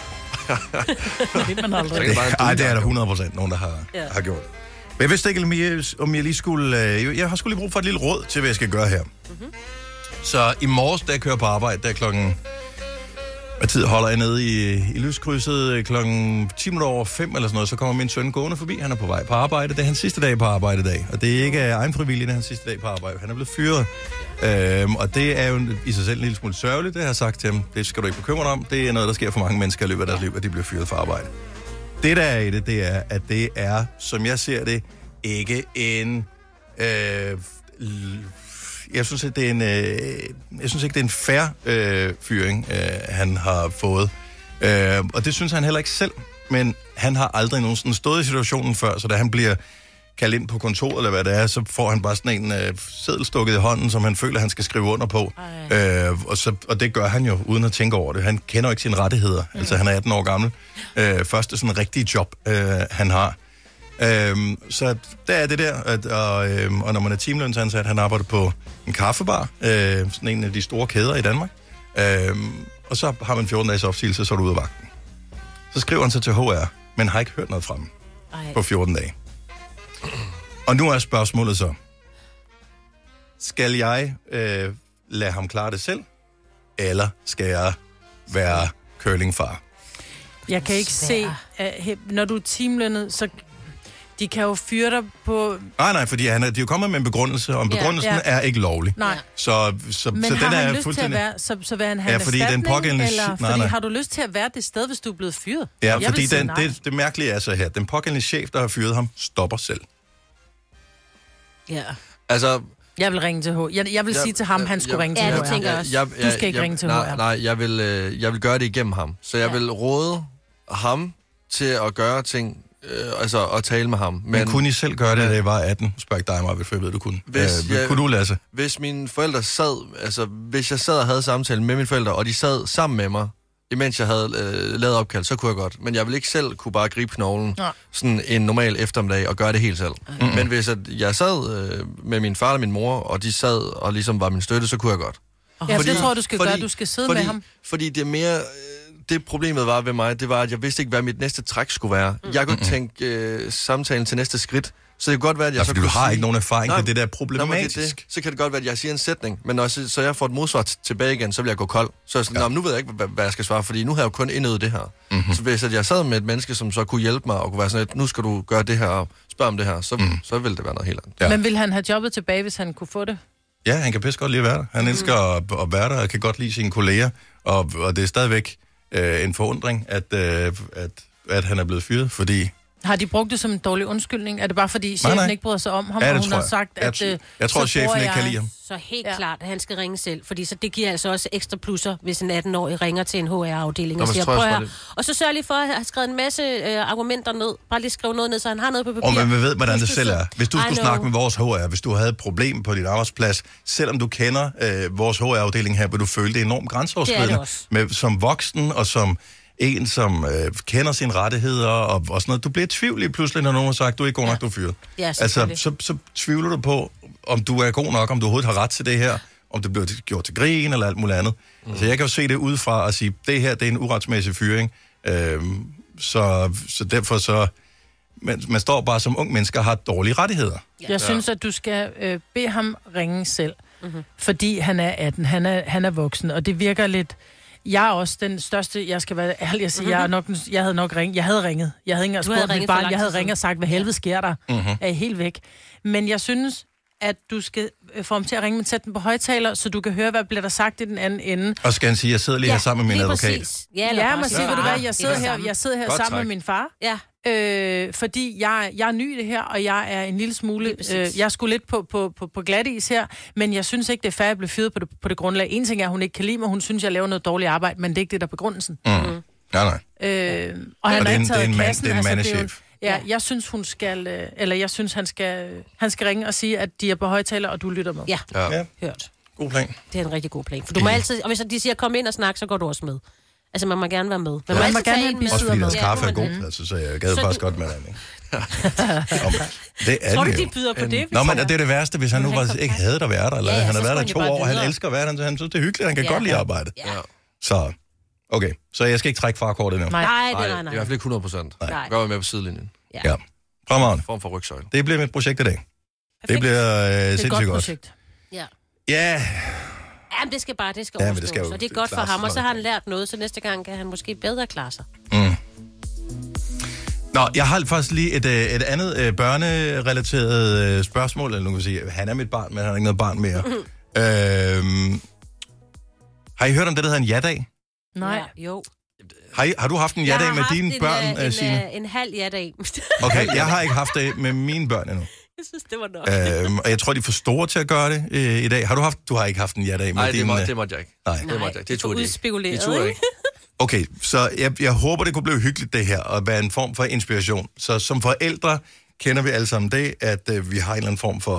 Det ved man aldrig.
Det, ej, det er der 100 procent nogen, der har, ja.
Ja.
har gjort. Men jeg vidste ikke, om jeg, om jeg lige skulle... Øh, jo, jeg har skulle lige brug for et lille råd til, hvad jeg skal gøre her. Mm-hmm.
Mhm.
Så i morges, da jeg kører på arbejde, der er klokken... Hvad tid holder jeg nede i, i lyskrydset? Øh, Klokken 10 minutter over 5 eller sådan noget, så kommer min søn gående forbi. Han er på vej på arbejde. Det er hans sidste dag på arbejde i dag. Og det er ikke øh, egen frivillig, det er hans sidste dag på arbejde. Han er blevet fyret. Øhm, og det er jo en- i sig selv en lille smule sørgeligt, det har jeg sagt til ham. Det skal du ikke bekymre dig om. Det er noget, der sker for mange mennesker i løbet af deres liv, at de bliver fyret fra arbejde. Det, der er i det, det er, at det er, som jeg ser det, ikke en... Øh, l- jeg synes, at det er en, øh, jeg synes ikke, det er en fair øh, fyring, øh, han har fået. Øh, og det synes han heller ikke selv. men han har aldrig nogensinde stået i situationen før, så da han bliver kaldt ind på kontoret, eller hvad det er, så får han bare sådan en øh, seddel stukket i hånden, som han føler, han skal skrive under på. Øh, og, så, og det gør han jo, uden at tænke over det. Han kender jo ikke sine rettigheder. Mm. Altså, han er 18 år gammel. Øh, første sådan rigtige job, øh, han har. Øhm, så der er det der, at, og, øhm, og når man er timelønsansat, han arbejder på en kaffebar, øh, sådan en af de store kæder i Danmark, øhm, og så har man 14 dages opsigelse, så er du ude af vagten. Så skriver han så til HR, men har ikke hørt noget fra dem
Ej.
på 14 dage. Og nu er spørgsmålet så, skal jeg øh, lade ham klare det selv, eller skal jeg være curlingfar?
Jeg kan ikke se, at he- når du er timelønnet, så de kan jo fyre dig på...
Ah, Nej, nej, fordi han er, de er jo kommet med en begrundelse, og
Ja.
begrundelsen
Ja.
er ikke lovlig.
Nej.
Så, så,
Men
så
har
den er
han lyst til at
fuldstændig...
være, så, så vil han have
Ja,
en
fordi den
erstatning,
pågældende si-
eller,
nej,
fordi
nej.
har du lyst til at være det sted, hvis du er blevet fyret?
Ja,
Jeg
fordi
vil sige
den,
nej.
det, det mærkelige er så her, den pågældende chef, der har fyret ham, stopper selv.
Ja.
Altså,
Jeg vil ringe til H. Jeg, jeg vil sige til ham, han skulle ringe til H. Du skal ikke ringe til H.
nej, Nej, jeg vil, øh, jeg vil gøre det igennem ham. Så jeg ja. vil råde ham til at gøre ting, øh, altså at tale med ham. Men,
Men kunne I selv gøre det, da I var 18? Spørg ikke dig, Maja, for jeg ved, du kunne.
Hvis
øh,
jeg-
Kunne du, Lasse?
hvis mine forældre sad, altså hvis jeg sad og havde samtalen med mine forældre, og de sad sammen med mig, imens jeg havde øh, lavet opkald, så kunne jeg godt. Men jeg ville ikke selv kunne bare gribe knoglen
Nej.
sådan en normal eftermiddag og gøre det helt selv. Mm-hmm. Men hvis at jeg sad øh, med min far og min mor, og de sad og ligesom var min støtte, så kunne jeg godt.
Ja, for det tror jeg, du skal gøre. Du skal sidde
fordi,
med ham.
Fordi det er mere... øh, Det problemet var ved mig, det var, at jeg vidste ikke, hvad mit næste træk skulle være. Mm. Jeg kunne ikke tænke øh, samtalen til næste skridt. Så det kan godt være, at jeg
Ja,
så
Altså, fordi du
kunne
har
sige-
ikke nogen erfaring,
Nej,
det er det, der er
nej, men det er
problematisk.
det. Så kan det godt være, at jeg siger en sætning, men når så, så jeg får et modsvar t- tilbage igen, så vil jeg gå kold. Så er jeg sådan, ja. nu ved jeg ikke, hvad, hvad jeg skal svare, fordi nu har jeg jo kun indøvet det her.
Mhm.
Mm-hmm. Så hvis at jeg sad med et menneske, som så kunne hjælpe mig og kunne være sådan, at nu skal du gøre det her og spørge om det her, så, mm.
Mhm.
så ville det være noget helt andet.
Ja. Men vil han have jobbet tilbage, hvis han kunne få det?
Ja, han kan pisse godt lide at være der.
Mm.
Han elsker at, at være der, og kan godt lide sine kolleger. Og, og det er stadigvæk øh, en forundring, at, øh, at, at han er blevet fyret, fordi...
Har de brugt det som en dårlig undskyldning? Er det bare fordi chefen
Nej,
nej,
nej.
nej. ikke bryder sig om ham,
Ja, det
og hun
tror
har
jeg.
sagt,
Jeg
at...
tr-
øh,
jeg tror,
så
chefen
bruger
ikke kan
jeg-
lide ham.
Så helt ja. klart, at han skal ringe selv, fordi så det giver altså også ekstra plusser, hvis en 18-årig ringer til en HR-afdeling
Nå,
og
men så
siger,
tror jeg,
prøv
jeg
at
tror,
høre." Og så sørg lige for at have skrevet en masse øh, argumenter ned. Bare lige skrive noget ned, så han har noget på papir.
Og man ved, hvordan
Husk,
det
du
selv
sidder-
er. Hvis du
I
skulle
know.
snakke med vores HR, hvis du havde et problem på din arbejdsplads, selvom du kender øh, vores HR-afdeling her, vil du føle det
Det
enormt
er det
grænseoverskridende.
også.
med, som voksen og som en, som øh, kender sine rettigheder og, og sådan noget. Du bliver i tvivl lige pludselig, når nogen har sagt, du er ikke god nok, du er fyret.
Ja,
altså,
selvfølgelig.
så, så tvivler du på, om du er god nok, om du overhovedet har ret til det her, om det bliver til- gjort til grin eller alt muligt andet. Mm. Så jeg kan jo se det udefra og sige, det her, det er en uretsmæssig fyring. Øhm, så, så derfor så... Man, man står bare som ung menneske og har dårlige rettigheder.
Jeg synes, at du skal øh, bede ham ringe selv,
Mhm.
mm-hmm. fordi han er 18, han er, han er voksen, og det virker lidt... Jeg er også den største, jeg skal være ærlig at sige, jeg, er nok, den- jeg havde nok ringet, jeg havde ringet, jeg havde ikke engang
Mhm. Du havde
spurgt mit
ringet for
barn,
lang
jeg
tid
havde
siden.
ringet og sagt, hvad helvede sker der,
Mhm.
mm-hmm. er I helt væk. Men jeg synes, at du skal øh, få ham til at ringe med sætten på højtaler, så du kan høre, hvad bliver der sagt i den anden ende.
Og skal han sige, jeg sidder lige ja, her sammen med min
lige
advokat.
præcis. Ja, eller ja man siger, ved du hvad, jeg sidder
det
her,
samme.
jeg sidder her
Godt
sammen
træk.
med min far. Ja. Øh, fordi jeg, jeg er ny i det her, og jeg er en lille smule... Øh, jeg skulle lidt på, på, på, på glat is her, men jeg synes ikke, det er fair, at jeg blev fyret på det, på det grundlag. En ting er, at hun ikke kan lide mig, hun synes, jeg laver noget dårligt arbejde, men det er ikke det, der er begrundelsen.
Mm. Nej, nej.
Øh,
Og
og han
det er
har
en-
ikke taget
det er en
kassen,
mand-
altså,
det er en
jo-
mandechef.
Ja, jeg synes, hun skal, øh, eller jeg synes, han skal, øh, han skal ringe og sige, at de er på højtaler, og du lytter med.
Ja.
Ja.
Hørt.
God plan.
Det er en rigtig god plan. For du må altid, og hvis de siger, kom ind og snak, så går du også med. Altså, man må gerne være med. Man må
Ja. Man
altid
må gerne
tage
have
en
en
med.
Også fordi deres
Ja,
kaffe
det
er
må man.
god, altså, så jeg gad
Så
faktisk
du-
godt med den. Ikke? Det er
Tror
det
du,
jo.
de byder på
Øhm,
det, hvis
Nå, men
jeg-
det er det værste, hvis han nu
Vil han
var,
komme
ikke havde der været der, eller
Ja,
ja,
ja,
han har
så
været der
skulle han
i
jo bare
to år, og han
videre.
elsker at være der, så han synes, det er hyggeligt, han kan
Ja.
godt lide at arbejde.
Ja.
Så, okay. Så jeg skal ikke trække farkortet endnu.
Nej. Nej, nej, nej, nej.
I hvert fald ikke 100 procent.
Nej.
Gør mig med på sidelinjen.
Ja. Fremragende.
Form for rygsøjle.
Det bliver mit projekt i dag. Det bliver øh,
det er et
sindssygt
godt
godt.
projekt.
Ja.
Ja,
Jamen, det skal bare, det skal
Ja,
ja,
men det
overstås.
skal jo
og det er godt for
klares
ham, og så
sådan.
har han lært noget, så næste gang kan han måske bedre klare sig.
Mm. Nå, jeg har faktisk lige et, øh, et andet øh, børnerelateret øh, spørgsmål, eller nu kan vi sige, han er mit barn, men han er ikke noget barn mere. øhm, har I hørt om det, der hedder en ja-dag?
Nej.
Ja, jo.
Har, I, har du haft en
Jeg
ja-dag
har
med
haft
dine
en, øh,
børn,
en,
øh, Signe?
øh, en halv ja-dag.
Okay, jeg har ikke haft det med mine børn endnu.
Jeg synes, det var nok.
Øhm, og jeg tror, de er for store til at gøre det øh, i dag. Har du haft, du har ikke haft en ja-dag med øh,
Nej, det
dine...
må- det måtte jeg ikke.
Nej,
Det måtte jeg ikke. Det turde de ikke.
Udspekuleret,
De turde
ikke?
ikke.
Okay, så jeg, jeg håber, det kunne blive hyggeligt det her, og være en form for inspiration. Så som forældre kender vi alle sammen det, at øh, vi har en eller anden form for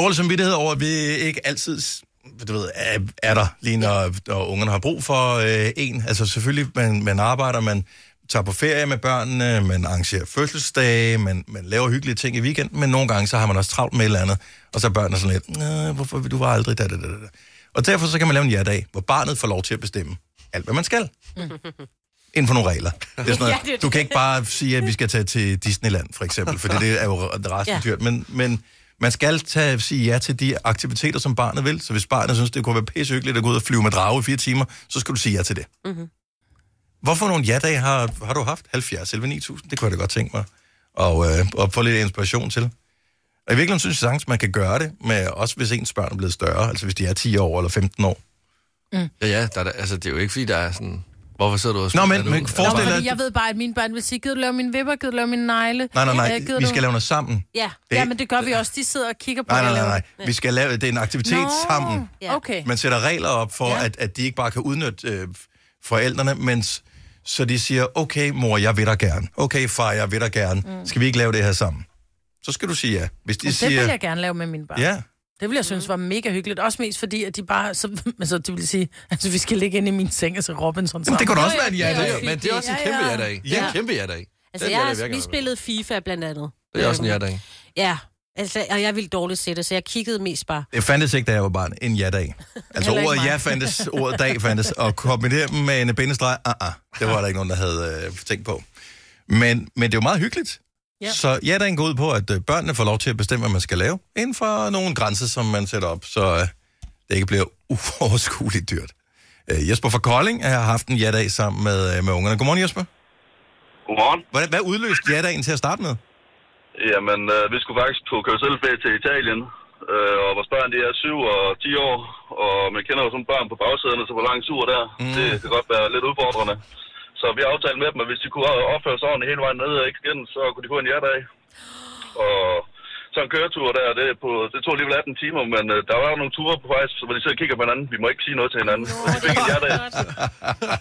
dårlig samvittighed over, at vi ikke altid s- du ved, er, er der, lige når, når ungerne har brug for øh, en. Altså selvfølgelig, man, man arbejder, man tager på ferie med børnene, man arrangerer fødselsdage, man, man laver hyggelige ting i weekenden, men nogle gange, så har man også travlt med et eller andet, og så er børnene sådan lidt, "Nå, hvorfor vil du var aldrig da, da, da, da. Og derfor så kan man lave en ja-dag, hvor barnet får lov til at bestemme alt, hvad man skal
Mm.
inden for nogle regler. Det er sådan noget,
Ja, det er det.
du kan ikke bare sige, at vi skal tage til Disneyland, for eksempel, for det er jo resten
Ja.
ja. dyrt. Men, men man skal tage, sige ja til de aktiviteter, som barnet vil. Så hvis barnet synes, det kunne være pissehyggeligt at gå ud og flyve med drage i fire timer, så skal du sige ja til det.
Mhm.
Mm-hmm.
Hvorfor nogle ja-dage har, har du haft? 70 eller 9000? Det kunne jeg da godt tænke mig. Og, øh, og få lidt inspiration til. Og i virkeligheden synes jeg sagtens, man kan gøre det, med, også hvis ens børn er blevet større, altså hvis de er 10 år eller 15 år.
Mm.
Ja, ja, der, er da- altså, det er jo ikke, fordi der er sådan... Hvorfor sidder du og
Nå,
smiler
men-
det ud?
men
Altså,
forestil
Fordi jeg ved bare, at mine børn vil sige, gider du lave mine vipper, gider du lave mine negle?
Nej, nej,
Øh,
nej,
gider
vi
du-
skal lave noget sammen.
Ja,
Det-
det... ja, men det gør vi også. De sidder og kigger på
Nej, nej,
hvad jeg
nej,
laver.
nej. Vi skal lave, det er en aktivitet
Nå,
sammen.
Ja. Okay.
Man sætter regler op for, ja. at, at de ikke bare kan udnytte øh, forældrene, men s- så de siger, okay mor, jeg vil dig gerne. Okay far, jeg vil dig gerne. Mm. Skal vi ikke lave det her sammen? Så skal du sige ja. Hvis de
Det, det
siger,
vil jeg gerne lave med mine børn.
ja,
Det ville jeg synes var mega hyggeligt. Også mest fordi, at de bare... Så, men så de ville sige, altså, vi skal ligge inde i min seng og se Robinson sammen.
det kunne da også være en
Det er
ja-dag.
også
Men det er også en kæmpe
Ja, ja.
ja-dag. Det er
Ja.
en kæmpe ja-dag.
Altså, jeg,
Den ja-dag vil
har-
jeg
vi
gerne være
spillede FIFA blandt andet. Øhm,
med. Det er også en ja-dag.
Ja, altså, og jeg ville dårligt se det, så jeg kiggede mest bare.
det fandtes ikke, da jeg var barn. En ja-dag. Altså
Heller ikke
ordet
mig.
ja fandtes, ordet dag fandtes, og kombinere dem med en bindestreg, ah, ah, det var der ikke nogen, der havde øh, tænkt på. Men, men det er jo meget hyggeligt.
Ja.
Så ja, den går ud på, at øh, børnene får lov til at bestemme, hvad man skal lave, inden for nogle grænser, som man sætter op, så øh, det ikke bliver uoverskueligt dyrt. Øh, Jesper fra Kolding har haft en ja-dag sammen med, øh, med ungerne. Godmorgen, Jesper.
Godmorgen.
Hvordan, hvad udløste ja-dagen til at starte med?
Jamen, øh, vi skulle faktisk på karuselferie til Italien. Øh, og vores børn, de er 7 og 10 år. Og man kender jo sådan børn på bagsæderne, så på lang tur der. Mm. Det kan godt være lidt udfordrende. Så vi aftalte med dem, at hvis de kunne opføre sig ordentligt hele vejen ned og ikke skændes, så kunne de få en hjertedag. Og så en køretur der, det, er på, det tog alligevel 18 timer, men øh, der var nogle ture på vej, så hvor de sidder og kigger på hinanden. Vi må ikke sige noget til hinanden. Og de fik en hjertedag.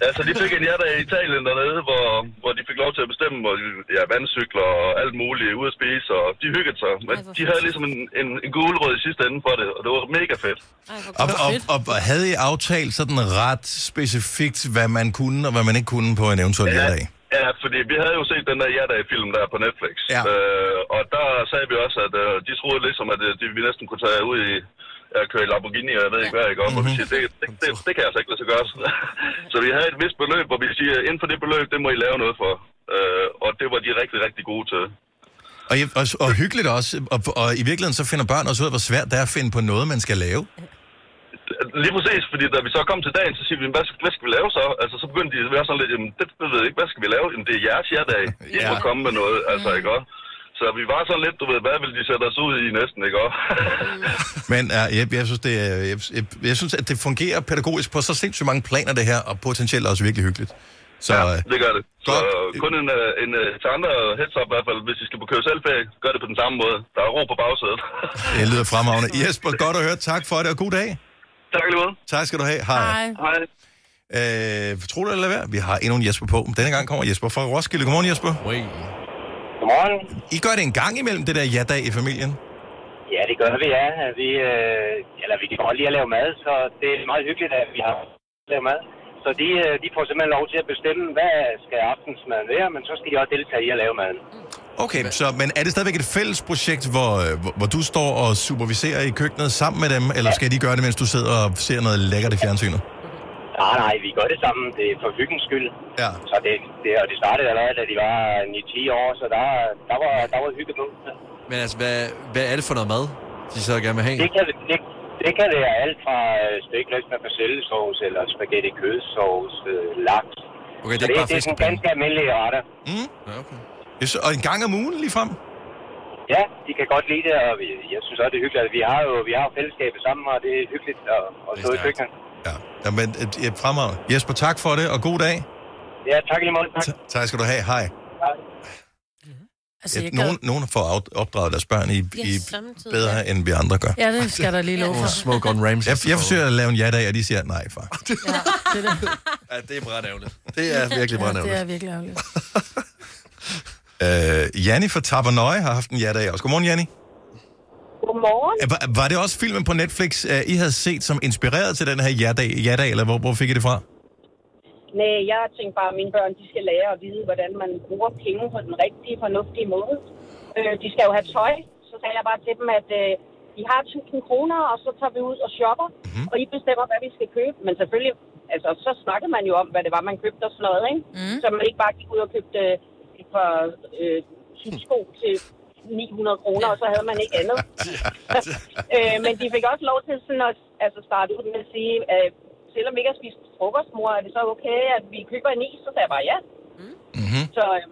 altså, de fik en hjertedag i Italien dernede, hvor, hvor de fik lov til at bestemme, og, ja, vandcykler og alt muligt, ud at spise, og de hyggede sig. Men de havde ligesom en, en, en gulerød i sidste ende for det, og det var mega fedt.
Og, og, og havde I aftalt sådan ret specifikt, hvad man kunne og hvad man ikke kunne på en eventuel ja-dag?
Ja, fordi vi havde jo set den der Jerdag-film, der er på Netflix.
Ja.
Øh, og der sagde vi også, at øh, de troede ligesom, at øh, de, vi næsten kunne tage ud i at køre i Lamborghini, og jeg ved ikke hvad, ikke? Og mm-hmm. vi siger, det, det, det, det kan altså ikke lade sig gøre. så vi havde et vist beløb, hvor vi siger, inden for det beløb, det må I lave noget for. Øh, og det var de rigtig, rigtig gode til.
Og, jeg- og, og hyggeligt også, og, og i virkeligheden så finder børn også ud af, hvor svært det er at finde på noget, man skal lave.
Lige præcis, fordi da vi så kom til dagen, så siger vi, "Men hvad, skal- hvad skal vi lave så? Altså, så begyndte de at være sådan lidt, jamen, det, det ved jeg ikke, hvad skal vi lave? Jamen, det er jeres jerdag. I må komme med noget, altså, ikke også? Så vi var sådan lidt, du ved, hvad vil de sætte os ud i næsten, ikke også?
Men ja, jeg, jeg, synes, det, er- jeg, jeg, jeg synes, at det fungerer pædagogisk på så sindssygt mange planer, det her, og potentielt også virkelig hyggeligt. Så øh, ja,
Det gør det. Så kun en, øh, en, øh, til andre heads up i hvert fald, hvis I skal på køreselferie, gør det på den samme måde. Der er ro på bagsædet.
det lyder fremragende. Jesper, godt at høre. Tak for det, og god dag.
tak lige måde.
Tak skal du have. Hej.
Hej.
Øh, tro det eller hvad? Vi har endnu en Jesper på. Denne gang kommer Jesper fra Roskilde. Godmorgen, Jesper.
Godmorgen.
I gør det en gang imellem, det der ja-dag i familien.
Ja, det gør vi, ja. Vi, øh, eller vi kan godt lide at lave mad, så det er meget hyggeligt, at vi har lavet mad. Så de, øh, de får simpelthen lov til at bestemme, hvad skal aftensmaden være, men så skal de også deltage i at lave maden.
Okay, så, men er det stadigvæk et fælles projekt, hvor, øh, hvor, hvor du står og superviserer i køkkenet sammen med dem, eller skal de gøre det, mens du sidder og ser noget lækkert i fjernsynet?
Nej, Ah, nej, vi gør det sammen. Det er for hyggens skyld.
Ja.
Så det, det, og det startede allerede, da de var 9-10 år, så der, der var, der var hygge på.
Men altså, hvad, hvad er det for noget mad, de så gerne vil have?
Det kan, det, det kan være alt fra øh, stegløs med persillesauce, eller spaghetti kødsovs, øh, laks.
Okay, det er
Så
ikke bare
det, det er sådan
fiskepinde.
ganske almindelige retter.
Mm? Ja, okay. Jeg sy- og en gang om ugen lige frem.
Ja, de kan godt lide det, og vi, jeg synes også, det er hyggeligt. at Vi har jo vi har jo fællesskabet sammen, og det er hyggeligt at, at stå i køkkenet.
Jamen, et, et fremragende. Jesper, tak for det, og god dag.
Ja, tak i lige måde. Tak.
Tak skal du have. Hej.
Altså, jeg
Et, nogen, nogen får out- opdraget deres børn i,
Ja,
i
samtidig,
bedre, end vi andre gør.
Ja, det skal der lige love for.
on Ramsay. Jeg, jeg forsøger at lave en ja-dag, og de siger nej, far.
Det er det.
Ja, det er brændævligt. Det er virkelig brændævligt.
det er virkelig ærgerligt.
Øh, Janni fra Tabernøje har haft en ja-dag også. Godmorgen, Janni.
Godmorgen.
Øh, Var, var det også filmen på Netflix, øh, I havde set, som inspireret til den her ja-dag, ja-dag eller hvor, hvor fik I det fra?
Nej, jeg tænkte bare, at mine børn de skal lære at vide, hvordan man bruger penge på den rigtige, fornuftige måde. Øh, de skal jo have tøj. Så sagde jeg bare til dem, at øh, I har 1000 kroner, og så tager vi ud og shopper, mm. og I bestemmer, hvad vi skal købe. Men selvfølgelig, altså, så snakkede man jo om, hvad det var, man købte og sådan noget, ikke? Mm. Så man ikke bare gik ud og købte øh, et par øh, sko til 900 kroner, og så havde man ikke andet. øh, men de fik også lov til sådan at altså, starte ud med at sige, øh, selvom vi ikke har spist frokost, mor, er det så okay, at vi køber en is? Så sagde jeg bare ja. Mm. Så, øh,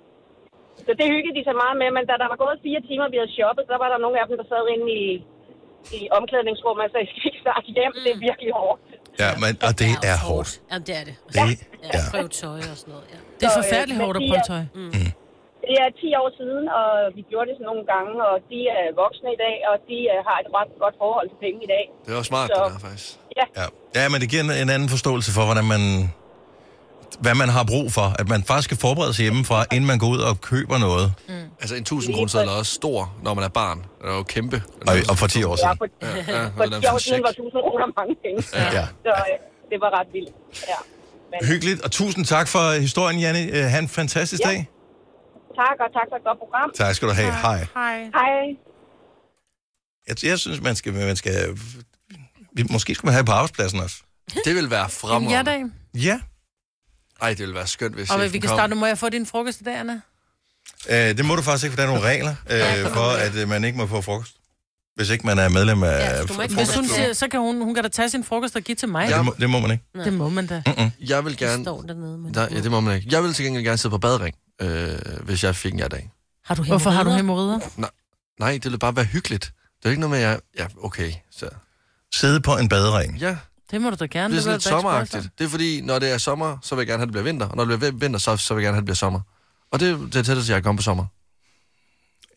så det hyggede de sig meget med, men da der var gået fire timer, vi havde shoppet, så var der nogle af dem, der sad inde i, i omklædningsrummet og sagde, skal I ikke snart hjem? Det er virkelig hårdt.
Ja, men, og det er hårdt.
Mm. Jamen, det er det.
Det
Ja, prøv tøj og sådan noget, ja.
Det er
Så, øh,
forfærdeligt
men
hårdt at
de
prøve
er-
tøj.
Mm.
Det er 10 år siden, og vi gjorde det sådan nogle gange, og de er voksne i dag, og de øh, har et ret godt forhold til penge i dag.
Det er jo smart,
så,
det der,
faktisk.
Ja,
Ja. ja, men det giver en, en anden forståelse for, hvordan man, hvad man har brug for. At man faktisk skal forberede sig hjemmefra, inden man går ud og køber noget.
Mm. Altså en 1000 kroner er også stor, når man er barn. Den er jo kæmpe.
Og, og for 10 år
ja
siden.
for,
Ja,
ja,
ja,
for
hvordan
10 år
får
siden var 1000 kroner mange penge.
Ja.
Så øh, det var ret vildt. Ja. Men,
Hyggeligt, og tusind tak for historien, Janne. Øh, Ha' en fantastisk
Ja.
dag.
tak, og tak for et godt program.
Tak skal du have. Hej.
Hej.
Hej.
Jeg, jeg synes, man skal, man skal... vi- Måske skulle man have det på arbejdspladsen også.
Det vil være
En
fremragende.
ja-dag.
Ja.
Ej, det vil være skønt, hvis
Og
chefen
vi kan
kom.
starte, nu må jeg få din frokost i dag, Anna?
Øh, det må du faktisk ikke, for der er nogle regler øh, for, at øh, man ikke må få frokost. Hvis ikke man er medlem af... Ja,
Du må ikke, hvis hun siger, så kan hun, hun kan da tage sin frokost og give til mig.
ja, det, må, det må man ikke.
Det må man da.
Mm-mm.
Jeg vil gerne...
Står dernede, men...
Nej, ja, det må man ikke. Jeg vil til gengæld gerne sidde på badring, øh, hvis jeg fik en ja-dag.
Har du Hvorfor har du hemorrider?
Nej, nej, det ville bare være hyggeligt. Det er jo ikke noget med, at jeg... Ja, okay, så...
Sidde på en badering.
Ja,
Det må du da gerne.
det er
vil
sådan lidt
jeg da ikke spørge
sommeragtigt. Det er fordi, når det er sommer, så vil jeg gerne have, at det bliver vinter. Og når det bliver vinter, så, så vil jeg gerne have, at det bliver sommer. Og det er det tætteste, jeg kan komme på sommer.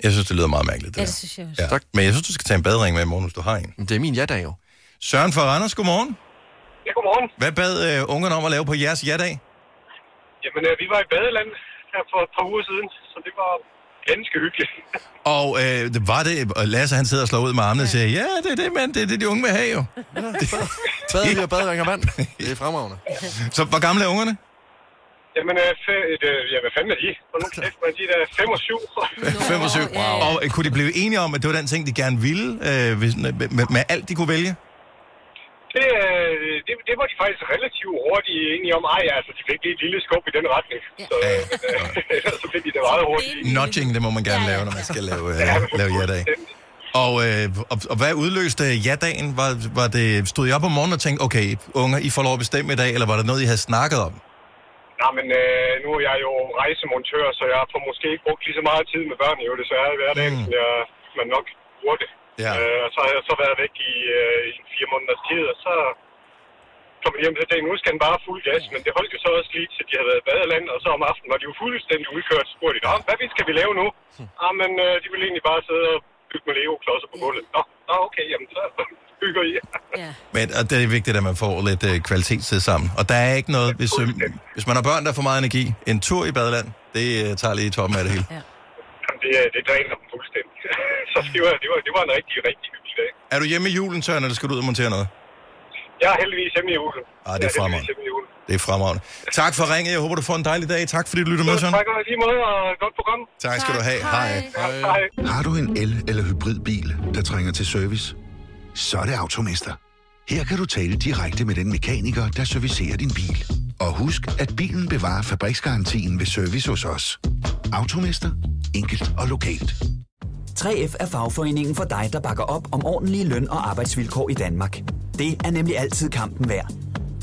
Jeg synes, det lyder meget mærkeligt, det,
Ja,
der.
det synes jeg også.
Ja. Men jeg synes, du skal tage en badring med i morgen, hvis du har en.
Det er min ja-dag jo.
Søren fra Randers, godmorgen.
Ja, godmorgen.
Hvad bad øh, ungerne om at lave på jeres ja-dag?
Jamen, øh, vi var i badeland her for et par uger siden, så det var ganske hyggeligt.
Og øh, det var det, og Lasse han sidder og slår ud med armene og siger, ja, det er det, mand, det er det, de unge vil have jo.
Bad vi og badring og vand. Det er fremragende.
Så hvor gamle er ungerne?
Jamen, øh, fe- et, øh, ja, hvad fanden er de? Og nu kæft, man siger, der er 5 og 7.
5 og 7. Og øh, kunne de blive enige om, at det var den ting, de gerne ville, øh, hvis, med, med, med alt, de kunne vælge?
Det, øh, det, det var de faktisk relativt hurtigt enige om. Ej, altså, de fik lige et lille skub i den retning. Så, øh, men, øh, ellers så fik de det meget hurtigt.
Nudging, det må man gerne lave, når man skal lave, øh, lave ja-dag. Og, øh, og, og hvad udløste ja-dagen? Var, var det, stod I op om morgenen og tænkte, okay, unger, I får lov at bestemme i dag, eller var der noget, I havde snakket om?
Nej, men øh, nu er jeg jo rejsemontør, så jeg får måske ikke brugt lige så meget tid med børn jo desværre i hverdagen, mm. som jeg, man nok burde.
Ja.
Øh, og så har jeg så været væk i, øh, i en fire måneders tid, og så kom jeg hjem til dagen. Nu skal den bare fuld gas, men det holdt jo så også lige til, de havde været i badeland, og så om aftenen var de jo fuldstændig udkørt. Så spurgte de, "Nå, hvad vi skal vi lave nu? Ah, men øh, de ville egentlig bare sidde og bygge med Lego-klodser på gulvet. Nå, nå, okay, jamen så bygger I.
Men og det er vigtigt, at man får lidt øh, kvalitetstid sammen. Og der er ikke noget, hvis, øh, hvis man har børn, der får meget energi, en tur i badeland, det øh, tager lige toppen af det hele.
Jamen, det, øh, det dræner dem fuldstændig. så det var, det, var, det var en rigtig, rigtig hyggelig dag.
Er du hjemme i julen, Søren, eller skal du ud og montere noget?
Jeg er heldigvis hjemme i julen.
Ah, det er
Jeg heldigvis
fremragende.
hjemme i julen.
Det er fremragende. Tak for ringet. Jeg håber, du får en dejlig dag. Tak fordi du lytter med, Søren.
Tak og i lige måde, og godt program.
Tak skal du have. Hej.
Hej.
Har du en el- eller hybridbil, der trænger til service? Så er det Automester. Her kan du tale direkte med den mekaniker, der servicerer din bil. Og husk, at bilen bevarer fabriksgarantien ved service hos os. Automester. Enkelt og lokalt.
3F er fagforeningen for dig, der bakker op om ordentlige løn- og arbejdsvilkår i Danmark. Det er nemlig altid kampen værd.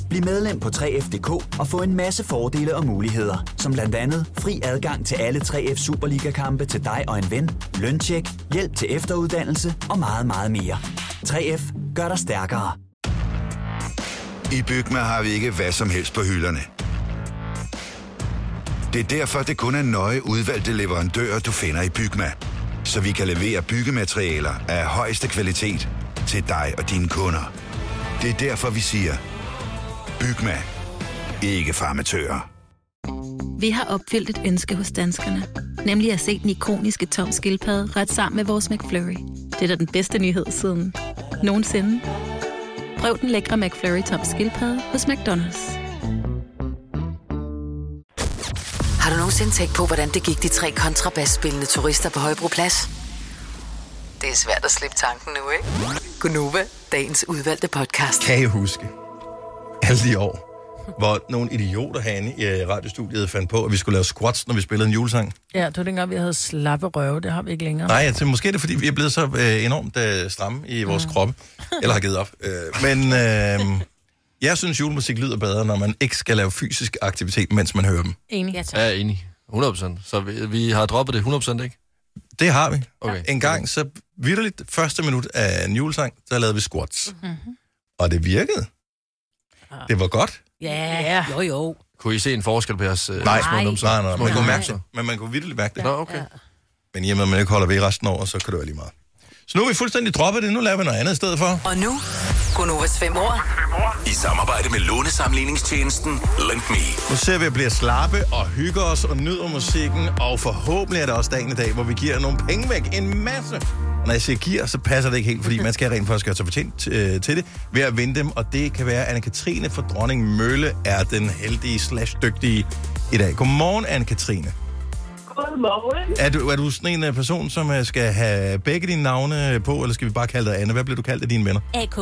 Bliv medlem på 3F.dk og få en masse fordele og muligheder, som blandt andet fri adgang til alle 3F Superliga-kampe til dig og en ven, løntjek, hjælp til efteruddannelse og meget, meget mere. 3F gør dig stærkere.
I Bygma har vi ikke hvad som helst på hylderne. Det er derfor, det kun er nøje udvalgte leverandører, du finder i Bygma. Så vi kan levere byggematerialer af højeste kvalitet til dig og dine kunder. Det er derfor, vi siger, Bygma. ikke for amatører.
Vi har opfyldt et ønske hos danskerne. Nemlig at se den ikoniske tom skildpadde ret sammen med vores McFlurry. Det er da den bedste nyhed siden nogensinde. Prøv den lækre McFlurry tom skildpadde hos McDonald's.
Har du nogensinde tænkt på, hvordan det gik de tre kontrabasspillende turister på Højbroplads? Det er svært at slippe tanken nu, ikke? Gunova, dagens udvalgte podcast.
Kan I huske alle de år, hvor nogle idioter herinde i øh, radiostudiet fandt på, at vi skulle lave squats, når vi spillede en julesang?
Ja, det var dengang, vi havde slappe røve. Det har vi ikke længere.
Nej, altså, måske er det, fordi vi er blevet så øh, enormt øh, stramme i vores mm. kroppe, eller har givet op. Øh, men øh, jeg synes, julemusik lyder bedre, når man ikke skal lave fysisk aktivitet, mens man hører dem.
Enig. Ja,
Jeg er Altså. enig. 100%. Så vi, vi har droppet det 100%, ikke?
Det har vi.
Okay.
En gang, så vidderligt første minut af en julesang, så lavede vi
Mm.
squats.
Mm-hmm.
Mhm.
Og det virkede.
Ah.
Det var godt.
Ja, yeah. jo jo.
Kunne I se en forskel på jeres øh,
Nej,
små
nej,
numser?
nej, nej.
Små
Man kunne mærke
numser?
det, men man kunne virkelig mærke det.
Nå, okay.
Men i og med, at man ikke holder ved resten af året, så kan det være lige meget. Så nu er vi fuldstændig droppet det. Nu laver vi noget andet i stedet for.
Og nu, Gunovas fem år.
I samarbejde med lånesamligningstjenesten Lend Me.
Nu ser vi at blive slappe og hygge os og nyder musikken, og forhåbentlig er det også dagen i dag, hvor vi giver nogle penge væk. En masse! Og når jeg siger giver, så passer det ikke helt, fordi man skal rent faktisk gøre sig fortjent øh, til det ved at vinde dem, og det kan være, at Anne-Katrine fra Dronning Mølle er den heldige slash dygtige i dag. Godmorgen, Anne-Katrine.
Godmorgen.
Er du, er du sådan en øh, person, som øh, skal have begge dine navne på, eller skal vi bare kalde dig Anne? Hvad bliver du kaldt af dine venner?
AK.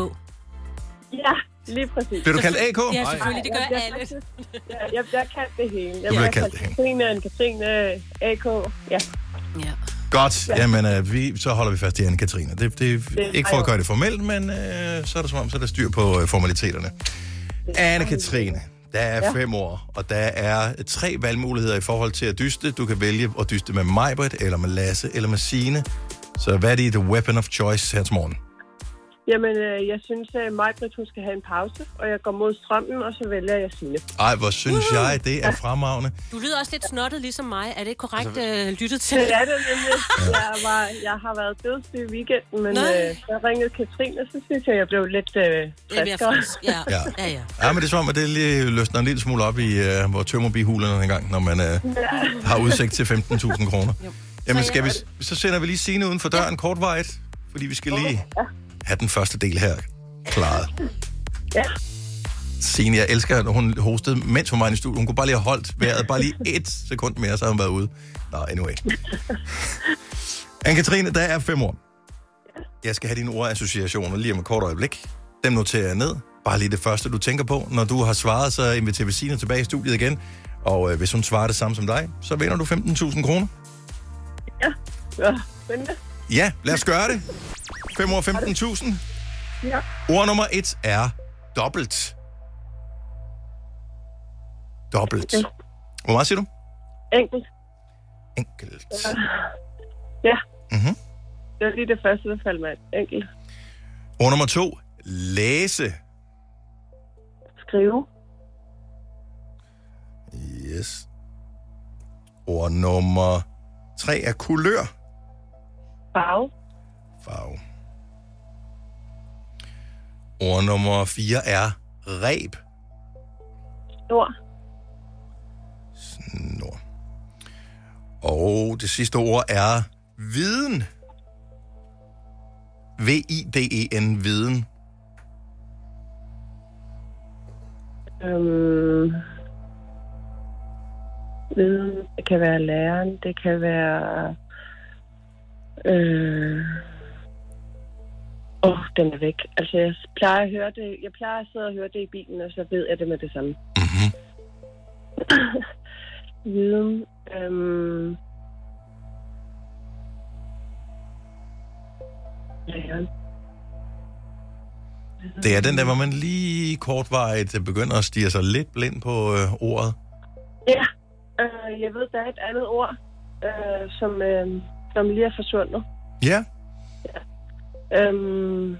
Ja, lige præcis.
Bliver du kaldt AK?
Ja, selvfølgelig. Det gør
jeg, jeg,
alle.
faktisk- ja, jeg bliver kaldt det hele. Jeg
Du bliver kaldt det hele.
Katrine, Anne-Katrine, AK. Ja.
Godt.
Ja.
Jamen, øh, vi, så holder vi fast i Anne-Katrine. Det, det er ikke for at gøre det formelt, men øh, så er det som om, så er der styr på øh, formaliteterne. Anne-Katrine, der er
Ja.
fem år, og der er tre valgmuligheder i forhold til at dyste. Du kan vælge at dyste med Majbert, eller med Lasse, eller med Sine. Så hvad er dit weapon of choice her til morgen?
Jamen, øh, jeg synes, at Majbrit, hun skal have en pause, og jeg går mod strømmen, og så vælger jeg Signe.
Ej, hvor synes jeg, det er fremragende.
Du lyder også lidt snottet ligesom mig. Er det ikke korrekt
Altså,
altså, øh, lyttet til?
Det er det nemlig. Jeg, var, jeg har været dødssyg i weekenden, men
Nej.
øh, jeg ringede Katrine, og så synes jeg, jeg blev lidt øh, friskere.
Ja.
Ja.
ja, ja.
Ja, men det er som om, at det lige løsner en lille smule op i øh, vores tømmerbihuler en gang, når man øh, har udsigt til 15.000 kroner. Jamen, skal vi, så sender vi lige Signe uden for døren kortvarigt, fordi vi skal lige have den første del her klaret.
Ja.
Signe, jeg elsker, at hun hostede, mens hun var inde i studiet. Hun kunne bare lige have holdt vejret, bare lige et sekund mere, så havde hun været ude. Nå, anyway. Anne-Katrine, der er fem år. Jeg skal have dine ordassociationer lige om et kort øjeblik. Dem noterer jeg ned. Bare lige det første, du tænker på. Når du har svaret, så inviterer vi Signe tilbage i studiet igen. Og øh, hvis hun svarer det samme som dig, så vinder du 15.000 kroner.
Ja. ja. Spændende.
Ja, lad os gøre det. 5 år 15.000.
Ja.
Ord nummer et er dobbelt. Dobbelt. Hvor meget siger du?
Enkelt.
Enkelt.
Ja. ja.
Mhm.
Det var lige det første, der faldt mig. ind. Enkelt.
Ord nummer to. Læse.
Skrive.
Yes. Ord nummer tre er kulør.
Farve.
Farve. Ord nummer fire er reb.
Ord.
Snor. Og det sidste ord er viden. V-I-D-E-N, E viden.
Øhm, viden. Det kan være læreren. Det kan være... Øh, Åh, oh, den er væk. Altså, jeg plejer at høre det. Jeg plejer at sidde og høre det i bilen, og så ved jeg det med det samme. Mm-hmm. viden. Øhm, læreren.
Det er den der, hvor man lige kortvarigt begynder at stige sig lidt blind på øh, ordet.
Ja, øh, jeg ved, der er et andet ord, øh, som, øh, som lige er forsvundet.
Ja.
Øhm,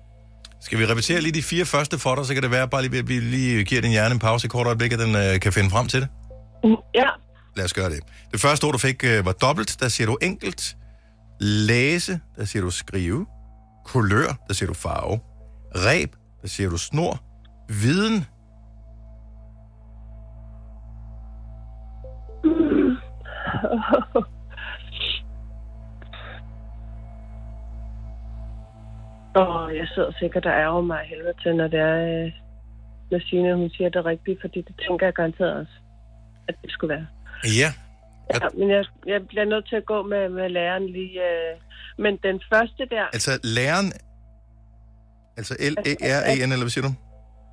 Skal vi repetere lige de fire første for dig, så kan det være, bare lige, at vi lige giver din hjerne en pause i kort øjeblik, at den øh, kan finde frem til det.
ja,
Lad os gøre det. Det første ord, du fik, øh, var dobbelt. Der siger du enkelt. Læse, der siger du skrive. Kulør, der siger du farve. Reb, der siger du snor. Viden,
Og jeg sidder sikkert og ærger mig af helvede til, når det er, øh, når Signe, hun siger det rigtigt, fordi det tænker jeg garanteret også, at det skulle være.
Ja.
Ja, men jeg, jeg bliver nødt til at gå med, med læreren lige. Øh, men den første der,
Altså læreren... Altså L-E-R-E-N, eller hvad siger du?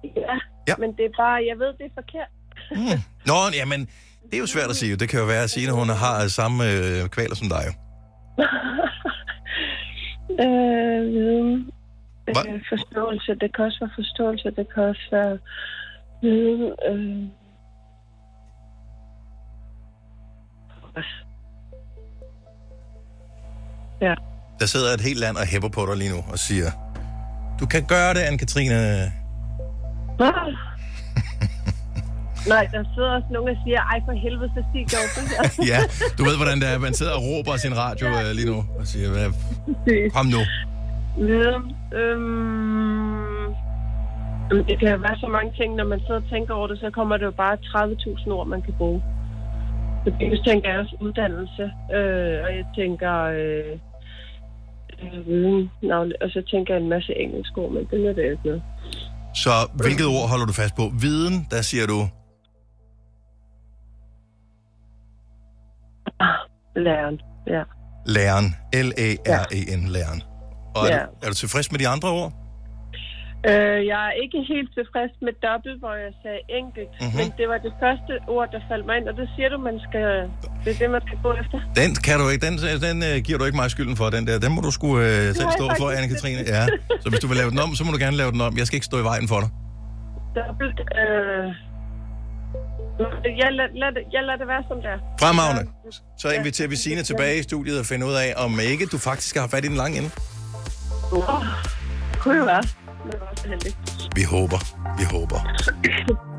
ja,
Ja.
ja, men det er bare, jeg ved, det er forkert.
Mm. Nå, jamen, det er jo svært at sige. Det kan jo være, at Signe, hun har øh, samme øh, kvaler som dig. jo.
øh, viden,
Hvad?
øh, forståelse, det kan også være forståelse, det kan også være viden. Øh, ja.
Der sidder et helt land og hæpper på dig lige nu og siger, du kan gøre det, Anne-Katrine.
Ah. Nej, der sidder også nogen, der siger, ej for helvede, så sig dog det her.
ja, du ved, hvordan det er. Man sidder og råber af sin radio øh, lige nu og siger, "Hvad- kom nu.
Viden, øhm, jamen, det kan jo være så mange ting, når man sidder og tænker over det, så kommer det jo bare 30.000 ord, man kan bruge. Så det tænker jeg også uddannelse, øh, og jeg tænker øh, øh, viden, navn, og så tænker jeg en masse engelsk ord, men det er det ikke noget.
Så hvilket ord holder du fast på? Viden, der siger du,
Ah, Læreren, ja.
læreren. L-A-R-E-N, læreren. Og er,
Ja.
du, er du tilfreds med de andre ord?
Øh, jeg er ikke helt tilfreds med dobbelt, hvor jeg sagde enkelt,
Mhm.
mm-hmm. men det var det første ord, der faldt mig ind, og det siger du, man skal, det er det, man skal gå efter.
Den kan du ikke, den, den øh, giver du ikke mig skylden for, den der. Den må du sgu øh, selv
har
stå
jeg
for,
faktisk
Anne-Katrine.
ikke.
Ja. Så hvis du vil lave den om, så må du gerne lave den om. Jeg skal ikke stå i vejen for dig.
Dobbelt, øh... Jeg lader, lad, det- jeg lader det være, som det er.
Fremragende. Så inviterer vi Signe tilbage i studiet og finder ud af, om ikke du faktisk har fat i den lange ende.
Oh, kunne jo være. Men det var så heldigt.
Vi håber. Vi håber.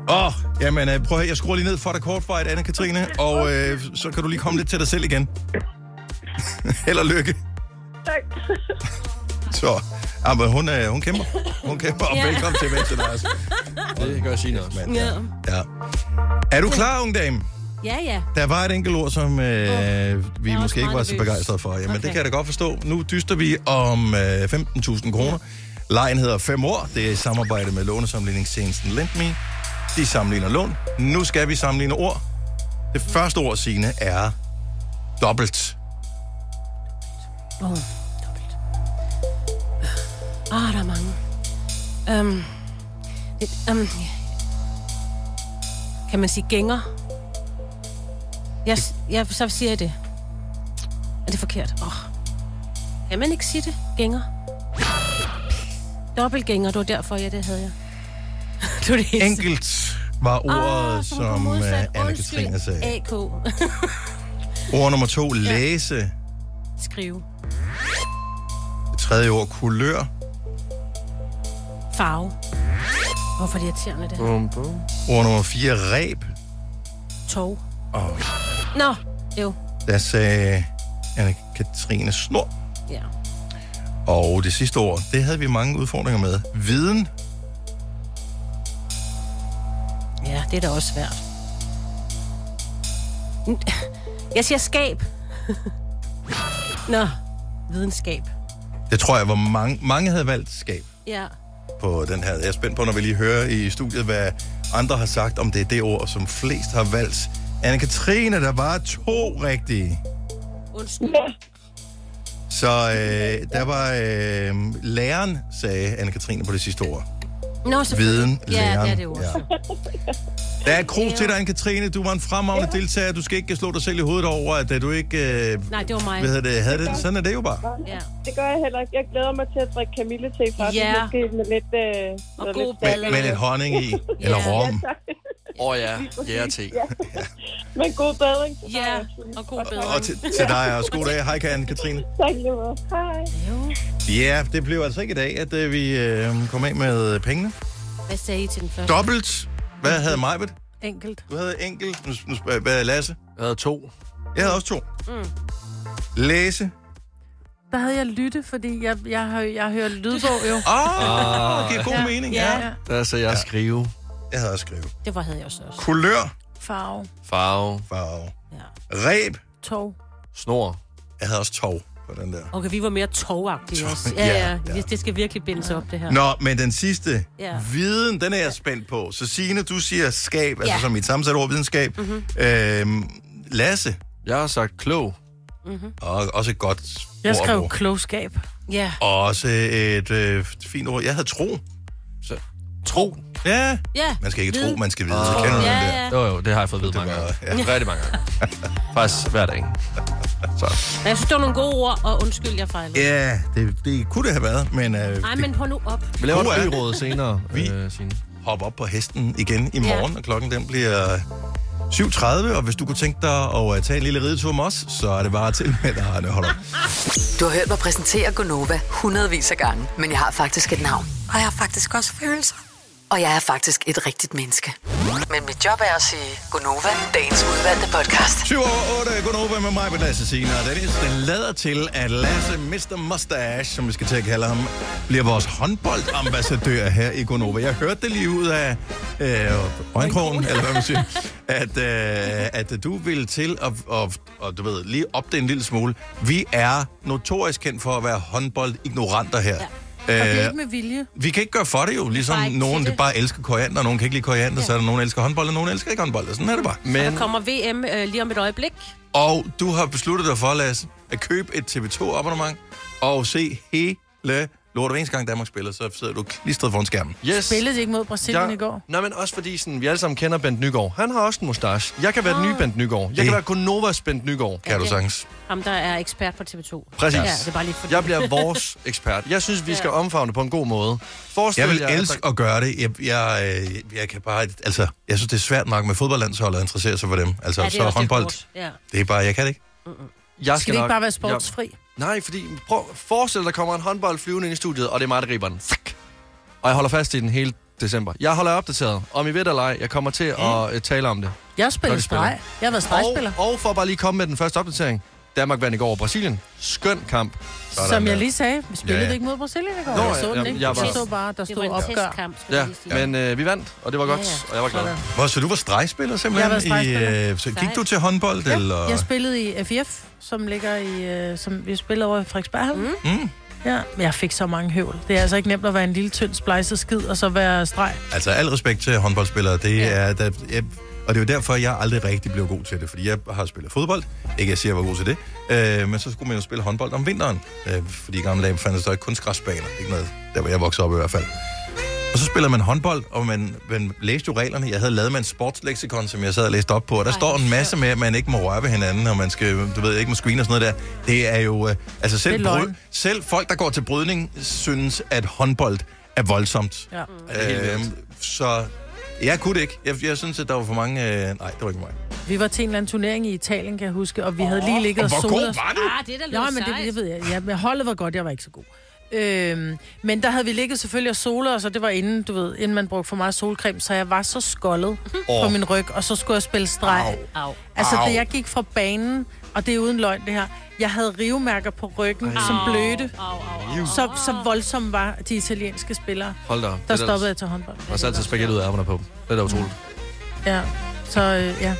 Åh, oh, jamen øh, prøv at høre, jeg skruer lige ned for dig kort for et, Anne-Katrine, og øh, så kan du lige komme lidt til dig selv igen. Held og lykke.
Tak.
Så, ah, men hun, øh, hun kæmper. Hun kæmper, og
Ja.
velkommen til Venstre, Lars. Det gør Signe også. Mand, ja. ja. Er du klar, unge dame?
Ja, ja.
Der var et enkelt ord, som øh, vi måske ikke var så
nervøs.
begejstrede for. Jamen, okay. det
Okay.
kan jeg da godt forstå. Nu dyster vi om øh, 15.000 kroner. Lejen hedder 5 år. Det er i samarbejde med lånesamligningstjenesten LendMe. De sammenligner lån. Nu skal vi sammenligne ord. Det første ord, Signe, er dobbelt.
Åh, oh, dobbelt. Ah, der er mange. Øhm, et, øhm, kan man sige gænger? Jeg, s- jeg, så siger jeg det. Er det forkert? Oh. Kan man ikke sige det? Gænger? Dobbeltgænger, det var derfor, ja, det havde jeg. det var det eneste.
Enkelt var ordet,
Ah,
oh,
så
som,
hun kom
som
modsat. Undskyld,
Anne-Katrine sagde.
AK.
Ord nummer to, læse.
Skrive.
Det tredje ord, kulør.
Farve. Hvorfor er det irriterende, det her?
bum. Ord nummer fire, ræb.
Tog.
Og
Nå, jo.
der sagde Anne-Katrine snor.
Ja.
Og det sidste år, det havde vi mange udfordringer med. Viden.
Ja, det er da også svært. Jeg siger skab. Nå, videnskab.
Det tror jeg, hvor mange, mange havde valgt skab
Ja.
på den her. Jeg er spændt på, når vi lige hører i studiet, hvad andre har sagt, om det er det ord, som flest har valgt. Anne-Katrine, der var to rigtige.
Undskyld.
Så øh, der var øh, læreren, sagde Anne-Katrine på det sidste ord.
Nå, selvfølgelig.
Viden,
ja,
læren,
Ja, det er det jo også.
Der er krus til dig, Anne-Katrine. Du var en fremragende deltager. Du skal ikke slå dig selv i hovedet over, at øh, du ikke øh,
Nej, det var mig.
hvad hedder det, havde det. Sådan er det jo bare.
Ja.
Det gør jeg heller ikke. Jeg glæder mig til at drikke kamillete fra den,
Ja.
måske med lidt... Øh, og
god
Med, med lidt honning i, eller rom.
Åh oh, ja, jægerting.
Ja. Men god bedring. Ja,
og god bedring.
Og til, til dig også. God dag. Hej, Karen Katrine.
Tak, lige måde. Hej.
Ja, det blev altså ikke i dag, at øh, vi øh, kom af med pengene.
Hvad sagde I til den første?
Dobbelt. Hvad havde Majbet?
Enkelt.
Du havde enkelt. Nu, nu spørger jeg, hvad havde Lasse?
Jeg havde to.
Jeg havde også to.
Mm.
Læse.
Der havde jeg lytte, fordi jeg, jeg, har, jeg hører lydbog jo.
Ah!
Åh, det giver god mening, ja.
ja.
Der sagde jeg skrive.
Jeg havde også skrive.
Det var havde jeg også. også.
Kulør.
Farve.
Farve.
Farve. Ræb.
Tog.
Snor.
Jeg havde også tov på den der.
Okay, vi var mere togagtige også. Ja,
Ja,
ja, ja. Det skal virkelig bindes op, det her.
Nå, men den sidste
Ja.
viden, den er jeg spændt på. Så Signe, du siger skab, altså
Ja.
som mit sammensatte ord, videnskab.
Mhm.
Øhm, Lasse.
Jeg har sagt klog.
Mm-hmm.
Mhm.
Og også et godt
Jeg
ord at
skrev
bruge.
klogskab.
Ja.
Og også et øh, fint ord. Jeg havde tro.
Så, tro? Ah.
Ja.
Ja.
Man skal ikke
Viden.
tro, man skal vide. Oh. Kender du
Ja,
den
ja.
der?
Jo, jo, det har jeg fået at vide mange gange. Ja. Rigtig mange gange. Faktisk hver dag. Så.
Men jeg synes, det var nogle gode ord, og undskyld, jeg fejlede.
Ja, det, det kunne det have været, men... Øh,
Ej, men hold nu op.
Vi laver
Gode er-
et byråd senere, vi... øh, Signe.
hop op på hesten igen
Ja.
i morgen, ja. og klokken den bliver 7.30, og hvis du kunne tænke dig at øh, tage en lille ridetur med os, så er det bare til med dig, Arne Holm.
Du har hørt mig præsentere Gonova hundredvis af gange, men jeg har faktisk et navn. Og jeg har faktisk også følelser.
Øh,
Og jeg er faktisk et rigtigt menneske. Men mit job er at sige Gonova, dagens udvalgte podcast.
7 over 8, Gunova med mig, med Lasse Signe og Dennis. Den lader til, at Lasse, Mr. Mustache, som vi skal til at kalde ham, bliver vores håndboldambassadør her i Gunova. Jeg hørte det lige ud af øh, øjenkrogen, eller hvad man siger, at, øh, at du vil til at, og, og, du ved, lige op det en lille smule. Vi er notorisk kendt for at være håndboldignoranter her.
Og det er
Ja.
ikke med vilje.
Vi kan ikke gøre for det jo, ligesom
bare ikke
nogen
til
der
det.
bare elsker koriander, og nogen kan ikke lide koriander, ja. så er der nogen, der elsker håndbold, og nogen elsker ikke håndbold, og sådan er det bare.
Der kommer VM øh, lige om et øjeblik.
Og du har besluttet dig for, Lasse, at købe et TV2-abonnement og se hele lortet. Hver eneste gang Danmark spiller, så sidder du klistret foran skærmen.
Yes.
Spillede de ikke mod Brasilien i går?
Nej, men også fordi sådan, vi alle sammen kender Bent Nygaard. Han har også en mustache. Jeg kan være
Ah.
den nye Bent Nygaard. Jeg
Det-
kan være Konovas Bent Nygaard.
Kan du sagtens.
Ham, der er ekspert på TV2.
Præcis.
Ja, det er bare lige for
Jeg bliver vores ekspert. Jeg synes, vi skal omfavne det på en god måde. Forestil
Jeg vil
jer, at der-
elske at gøre det. Jeg, jeg, øh, jeg kan bare... Altså, jeg synes, det er svært nok med fodboldlandsholdet at interessere sig for dem. Altså,
Ja,
ja,
det er
så
også lidt
håndbold.
hårdt. Ja.
Det er bare... Jeg kan det ikke.
Jeg
Skal vi ikke
nok-
bare være sportsfri?
Jeg... Nej, fordi prøv, forestil dig, der kommer en håndbold flyvende ind i studiet, og det er mig, der griber den. Fuck. Og jeg holder fast i den hele december. Jeg holder jer opdateret. Om I ved det eller ej, jeg kommer til at øh, tale om det.
Jeg
Når
spiller
de spiller.
streg. Jeg har været stregspiller.
Og for at bare lige komme med den første opdatering. Danmark vandt i går over Brasilien. Skøn kamp.
Som jeg lige sagde, vi spillede
Ja, ja.
ikke mod Brasilien i går.
Nå,
jeg
ja,
så den
jamen,
ikke.
jeg
Jeg,
var-
så bare, der
Det
stod
var en
opgør.
testkamp, skulle
Ja,
jeg lige sige.
men øh, vi vandt, og det var godt,
Ja, ja.
og jeg var glad.
Sådan.
Hvor, så du var stregspiller simpelthen?
Jeg var stregspiller.
I, øh, så gik du til håndbold, ja. eller...
Jeg spillede i FIF, som ligger i, øh, som vi spillede over i Frederiksberg. Mm.
Mm.
Ja, men jeg fik så mange høvl. Det er altså ikke nemt at være en lille, tynd splejset skid, og så være streg.
Altså, al respekt til håndboldspillere, det ja. er... Der, jeg, og det er jo derfor, jeg aldrig rigtig blev god til det, fordi jeg har spillet fodbold. Ikke, jeg siger, jeg var god til det. Øh, men så skulle man jo spille håndbold om vinteren. Øh, fordi i gamle dage fandtes der ikke kun græsbaner. Ikke noget, der hvor jeg voksede op i hvert fald. Og så spiller man håndbold, og man, man læste jo reglerne. Jeg havde lavet med en sportsleksikon, som jeg sad og læste op på, og der Ej, står en masse med, at man ikke må røre ved hinanden, og man skal, du ved, ikke må screene og sådan noget der. Det er jo... Øh, altså selv,
Det er løgn.
bryd, selv folk, der går til brydning, synes, at håndbold er voldsomt.
Ja.
Mm.
Mm.
Øhm, så jeg kunne det ikke. Jeg, jeg synes, at der var for mange... Øh, nej, det var ikke mig.
Vi var til en eller anden turnering i Italien, kan jeg huske, og vi havde lige ligget og
og hvor
solet.
god var du?
Ah, det er da lidt
Nå, men det,
sejt.
det ved jeg. Ja, men holdet var godt, jeg var ikke så god. Øhm, men der havde vi ligget selvfølgelig og solet os, og det var inden, du ved, inden man brugte for meget solcreme, så jeg var så skoldet
Åh.
på min ryg, og så skulle jeg spille streg.
Au. Au.
Altså,
Au.
da jeg gik fra banen, og det er uden løgn det her, jeg havde rivmærker på ryggen,
Ej.
som blødte.
au.
Så, så voldsomt var de italienske spillere.
øh, Hold da op.
Der
Det er da-
stoppede jeg til håndbold.
Og så altid spaghetti ud af ærmerne på dem. Det er da utroligt.
Mm.
Ja, så øh, ja.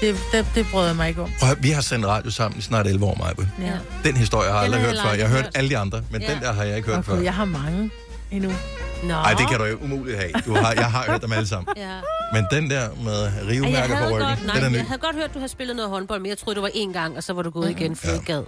Det, det, det brød jeg mig ikke om.
Prøv, at høre, vi har sendt radio sammen i snart 11 år, Maja.
Ja.
Den historie har jeg
Den
aldrig
har jeg
hørt før.
aldrig
Jeg har hørt
hørt.
alle de andre, men
Ja.
den der har jeg ikke hørt
Okay,
før.
jeg har mange endnu. Nå.
Nej, det kan du jo umuligt have. Du har, jeg har hørt dem alle sammen.
Ja.
Men den der med
Ej, jeg
rivemærker
havde
på ryggen,
godt, nej,
den er
jeg
ny.
havde godt hørt, du havde spillet noget håndbold, men jeg troede, det var én gang, og så var du gået igen, for ja. gad.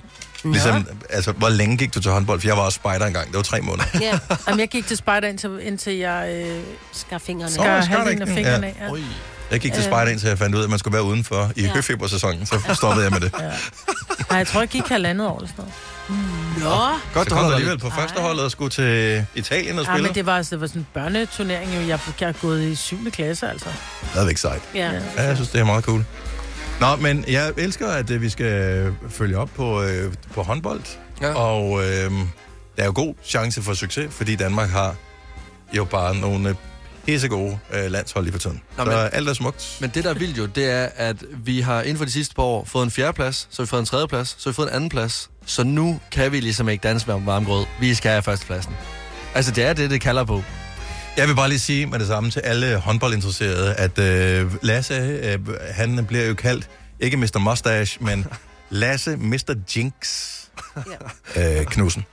Ligesom, altså, hvor længe gik du til håndbold? For jeg var også spejder engang. Det var tre måneder.
Ja. Jamen, jeg gik til spejder, indtil, indtil jeg øh, skar fingrene.
Åh,
Skar
skar
halvdelen af
ikke?
fingrene
Ja.
af. Ja.
Jeg gik til
Øh.
spejder indtil jeg fandt ud af, at man skulle være udenfor i
Ja.
høfebersæsonen. Så stoppede jeg med det.
Øh, Nej, jeg tror, jeg gik halvandet år eller sådan noget. Mm. Nå.
Godt, så kom du alligevel på førsteholdet og skulle til Italien og
Ja,
spille.
men det var, altså, det var sådan en børneturnering, jo. Jeg, jeg har gået i 7. klasse, altså.
Stadigvæk sejt.
Ja.
Ja, jeg synes, det er meget cool. Nå, men jeg elsker, at øh, vi skal øh, følge op på, øh, på håndbold. Ja. Og øh, der er jo god chance for succes, fordi Danmark har jo bare nogle øh, pissegode øh, landshold lige for tiden. Nå, så alt er smukt.
Men det, der er vildt jo, det er, at vi har inden for de sidste par år fået en fjerdeplads, så har vi fået en tredjeplads, så har vi fået en andenplads. Så nu kan vi ligesom ikke danse med om varmgrød. Vi skal have førstepladsen. Altså, det er det, det kalder på.
Jeg vil bare lige sige med det samme til alle håndboldinteresserede, at øh, Lasse, øh, han bliver jo kaldt Ikke Mr. Mustache, men Lasse Mr. Jinx øh, Knudsen.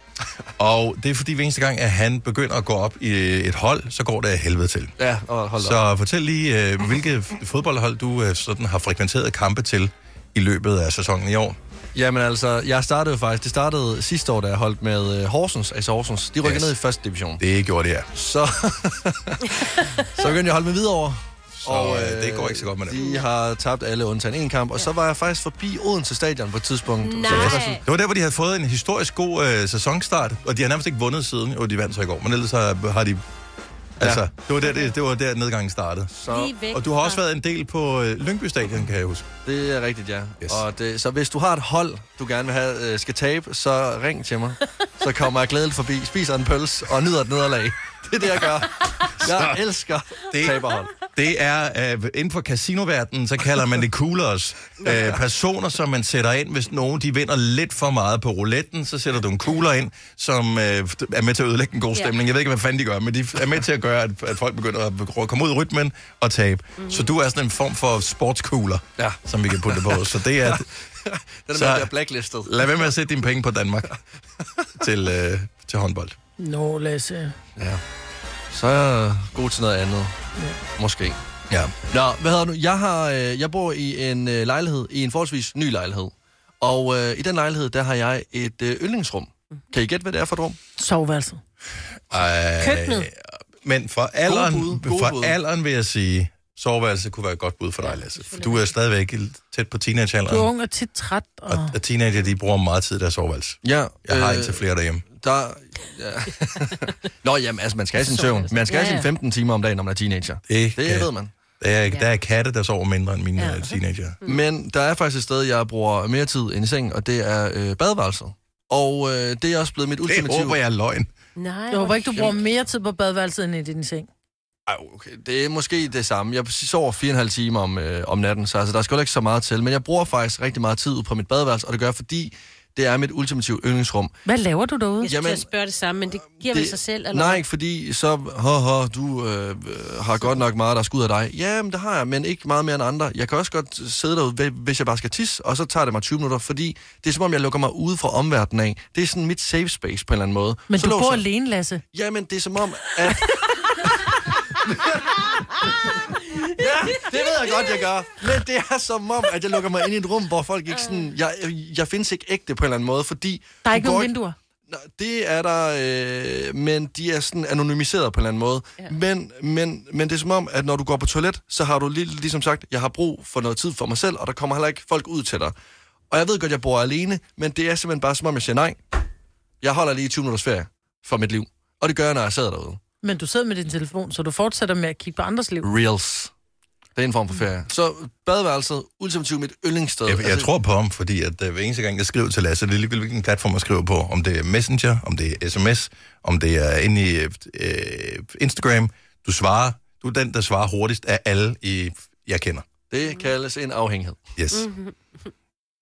Og det er fordi, hver eneste gang, at han begynder at gå op i øh, et hold, så går det af helvede til.
Ja, og hold da op.
Så fortæl lige, øh, hvilke fodboldhold du øh, sådan har frekventeret kampe til i løbet af sæsonen i år.
Jamen altså, jeg startede jo faktisk, det startede sidste år, da jeg holdt med øh, Horsens, altså Horsens. De rykkede
Yes.
ned i første division.
Det gjorde det, ja.
Så, så begyndte jeg at holde med videre. Så
øh, det går ikke så godt med dem.
De har tabt alle undtagen en kamp, og så var jeg faktisk forbi Odense Stadion på et tidspunkt.
Så det var sådan- Det var der, hvor de havde fået en historisk god øh, sæsonstart, og de har nærmest ikke vundet siden. Jo, de vandt så i går, men ellers har, har de... Altså, ja. det, var der, det, det var der, nedgangen startede.
Så- Lige væk
og du har også
fra-
været en del på øh, Lyngby Stadion, kan jeg huske.
Det er rigtigt, ja. Yes. Og det, så hvis du har et hold, du gerne vil have, øh, skal tabe, så ring til mig. Så kommer jeg glædeligt forbi, spiser en pølse og nyder et nederlag. Det er det, jeg gør. Jeg elsker det... taberhold.
Det er, øh, inden for casinoverdenen, så kalder man det coolers. Øh, personer, som man sætter ind, hvis nogen de vinder lidt for meget på rouletten, så sætter du en cooler ind, som øh, er med til at ødelægge en god
Ja.
stemning. Jeg ved ikke, hvad fanden de gør, men de er med til at gøre, at, at folk begynder at komme ud i rytmen og tabe. Mm-hmm. Så du er sådan en form for sportscooler, ja. som vi kan putte på. Så det er...
Den er
Så-
så... med at blacklistet.
Lad være med at sætte dine penge på Danmark til, øh, til håndbold.
Nå, Lasse.
Ja. Så er jeg god til noget andet. Ja. Måske.
Ja.
Nå, hvad hedder nu? Jeg, har, øh, jeg bor i en øh, lejlighed, i en forholdsvis ny lejlighed. Og øh, i den lejlighed, der har jeg et øh, yndlingsrum. Kan I gætte, hvad det er for et rum?
Soveværelset.
Ej,
Køkkenet.
Men for alderen, gode bud, gode for alderen vil jeg sige, soveværelse kunne være et godt bud for dig, Lasse. For du er stadigvæk tæt på
Du er
teenagealderen.
ung og tit træt. Og...
Og teenager, de bruger meget tid i deres soveværelse.
Ja,
Jeg har
øh,
indtil flere derhjemme.
Der... Ja. Nå, jamen, altså, man skal have sin søvn. Man skal have
Ja, ja.
sine 15 timer om dagen, når man er teenager.
Det,
Det
kan-
ved man.
Der er, der er katte, der sover mindre end mine ja. teenager.
Men der er faktisk et sted, jeg bruger mere tid end i sengen, og det er øh, badeværelset. Og øh, det er også blevet mit ultimative...
håber jeg er løgn.
Nej, jeg håber ikke, du bruger mere tid på badeværelset end i din seng.
Ej, okay. Det er måske det samme. Jeg sover fire og en halv time om, øh, om natten, så altså, der skal jo ikke så meget til. Men jeg bruger faktisk rigtig meget tid ud på mit badeværelse, og det gør jeg, fordi det er mit ultimative yndlingsrum.
Hvad laver du derude?
Jeg skulle
Jamen,
Jamen, spørge det samme, men det giver det, vel sig selv? Eller?
Eller? Nej, ikke fordi så, haha, du øh, øh, har godt nok meget, der er skud af dig. Ja, men det har jeg, men ikke meget mere end andre. Jeg kan også godt sidde derude, hvi- hvis jeg bare skal tisse, og så tager det mig 20 minutter, fordi det er som om, jeg lukker mig ude fra omverdenen af. Det er sådan mit safe space på en eller anden måde.
Men
så
du
låser-
bor alene, Lasse.
Jamen, det er som om, at... Ja, det ved jeg godt, jeg gør. Men det er som om, at jeg lukker mig ind i et rum, hvor folk ikke sådan... Jeg, jeg findes ikke ægte på en eller anden måde, fordi...
Der er
du
ikke
går
nogen vinduer.
Nå, det er der, øh, men de er sådan anonymiseret på en eller anden måde. Ja. Men, men, men det er som om, at når du går på toilet, så har du lige, ligesom sagt, jeg har brug for noget tid for mig selv, og der kommer heller ikke folk ud til dig. Og jeg ved godt, jeg bor alene, men det er simpelthen bare som om, jeg siger nej. Jeg holder lige 20 minutters ferie for mit liv. Og det gør jeg, når jeg sidder derude.
Men du sidder med din telefon, så du fortsætter med at kigge på andres liv.
Reels. Det er en form for ferie. Så badeværelset, ultimativt mit yndlingssted.
Jeg, jeg tror på ham, fordi at øh, hver eneste gang, jeg skriver til Lasse, det er ligegyldigt, hvilken platform jeg skriver på, om det er Messenger, om det er sms, om det er inde i øh, øh, Instagram, du svarer, du er den, der svarer hurtigst af alle, i, jeg kender.
Det kaldes en afhængighed.
Yes.
Mhm.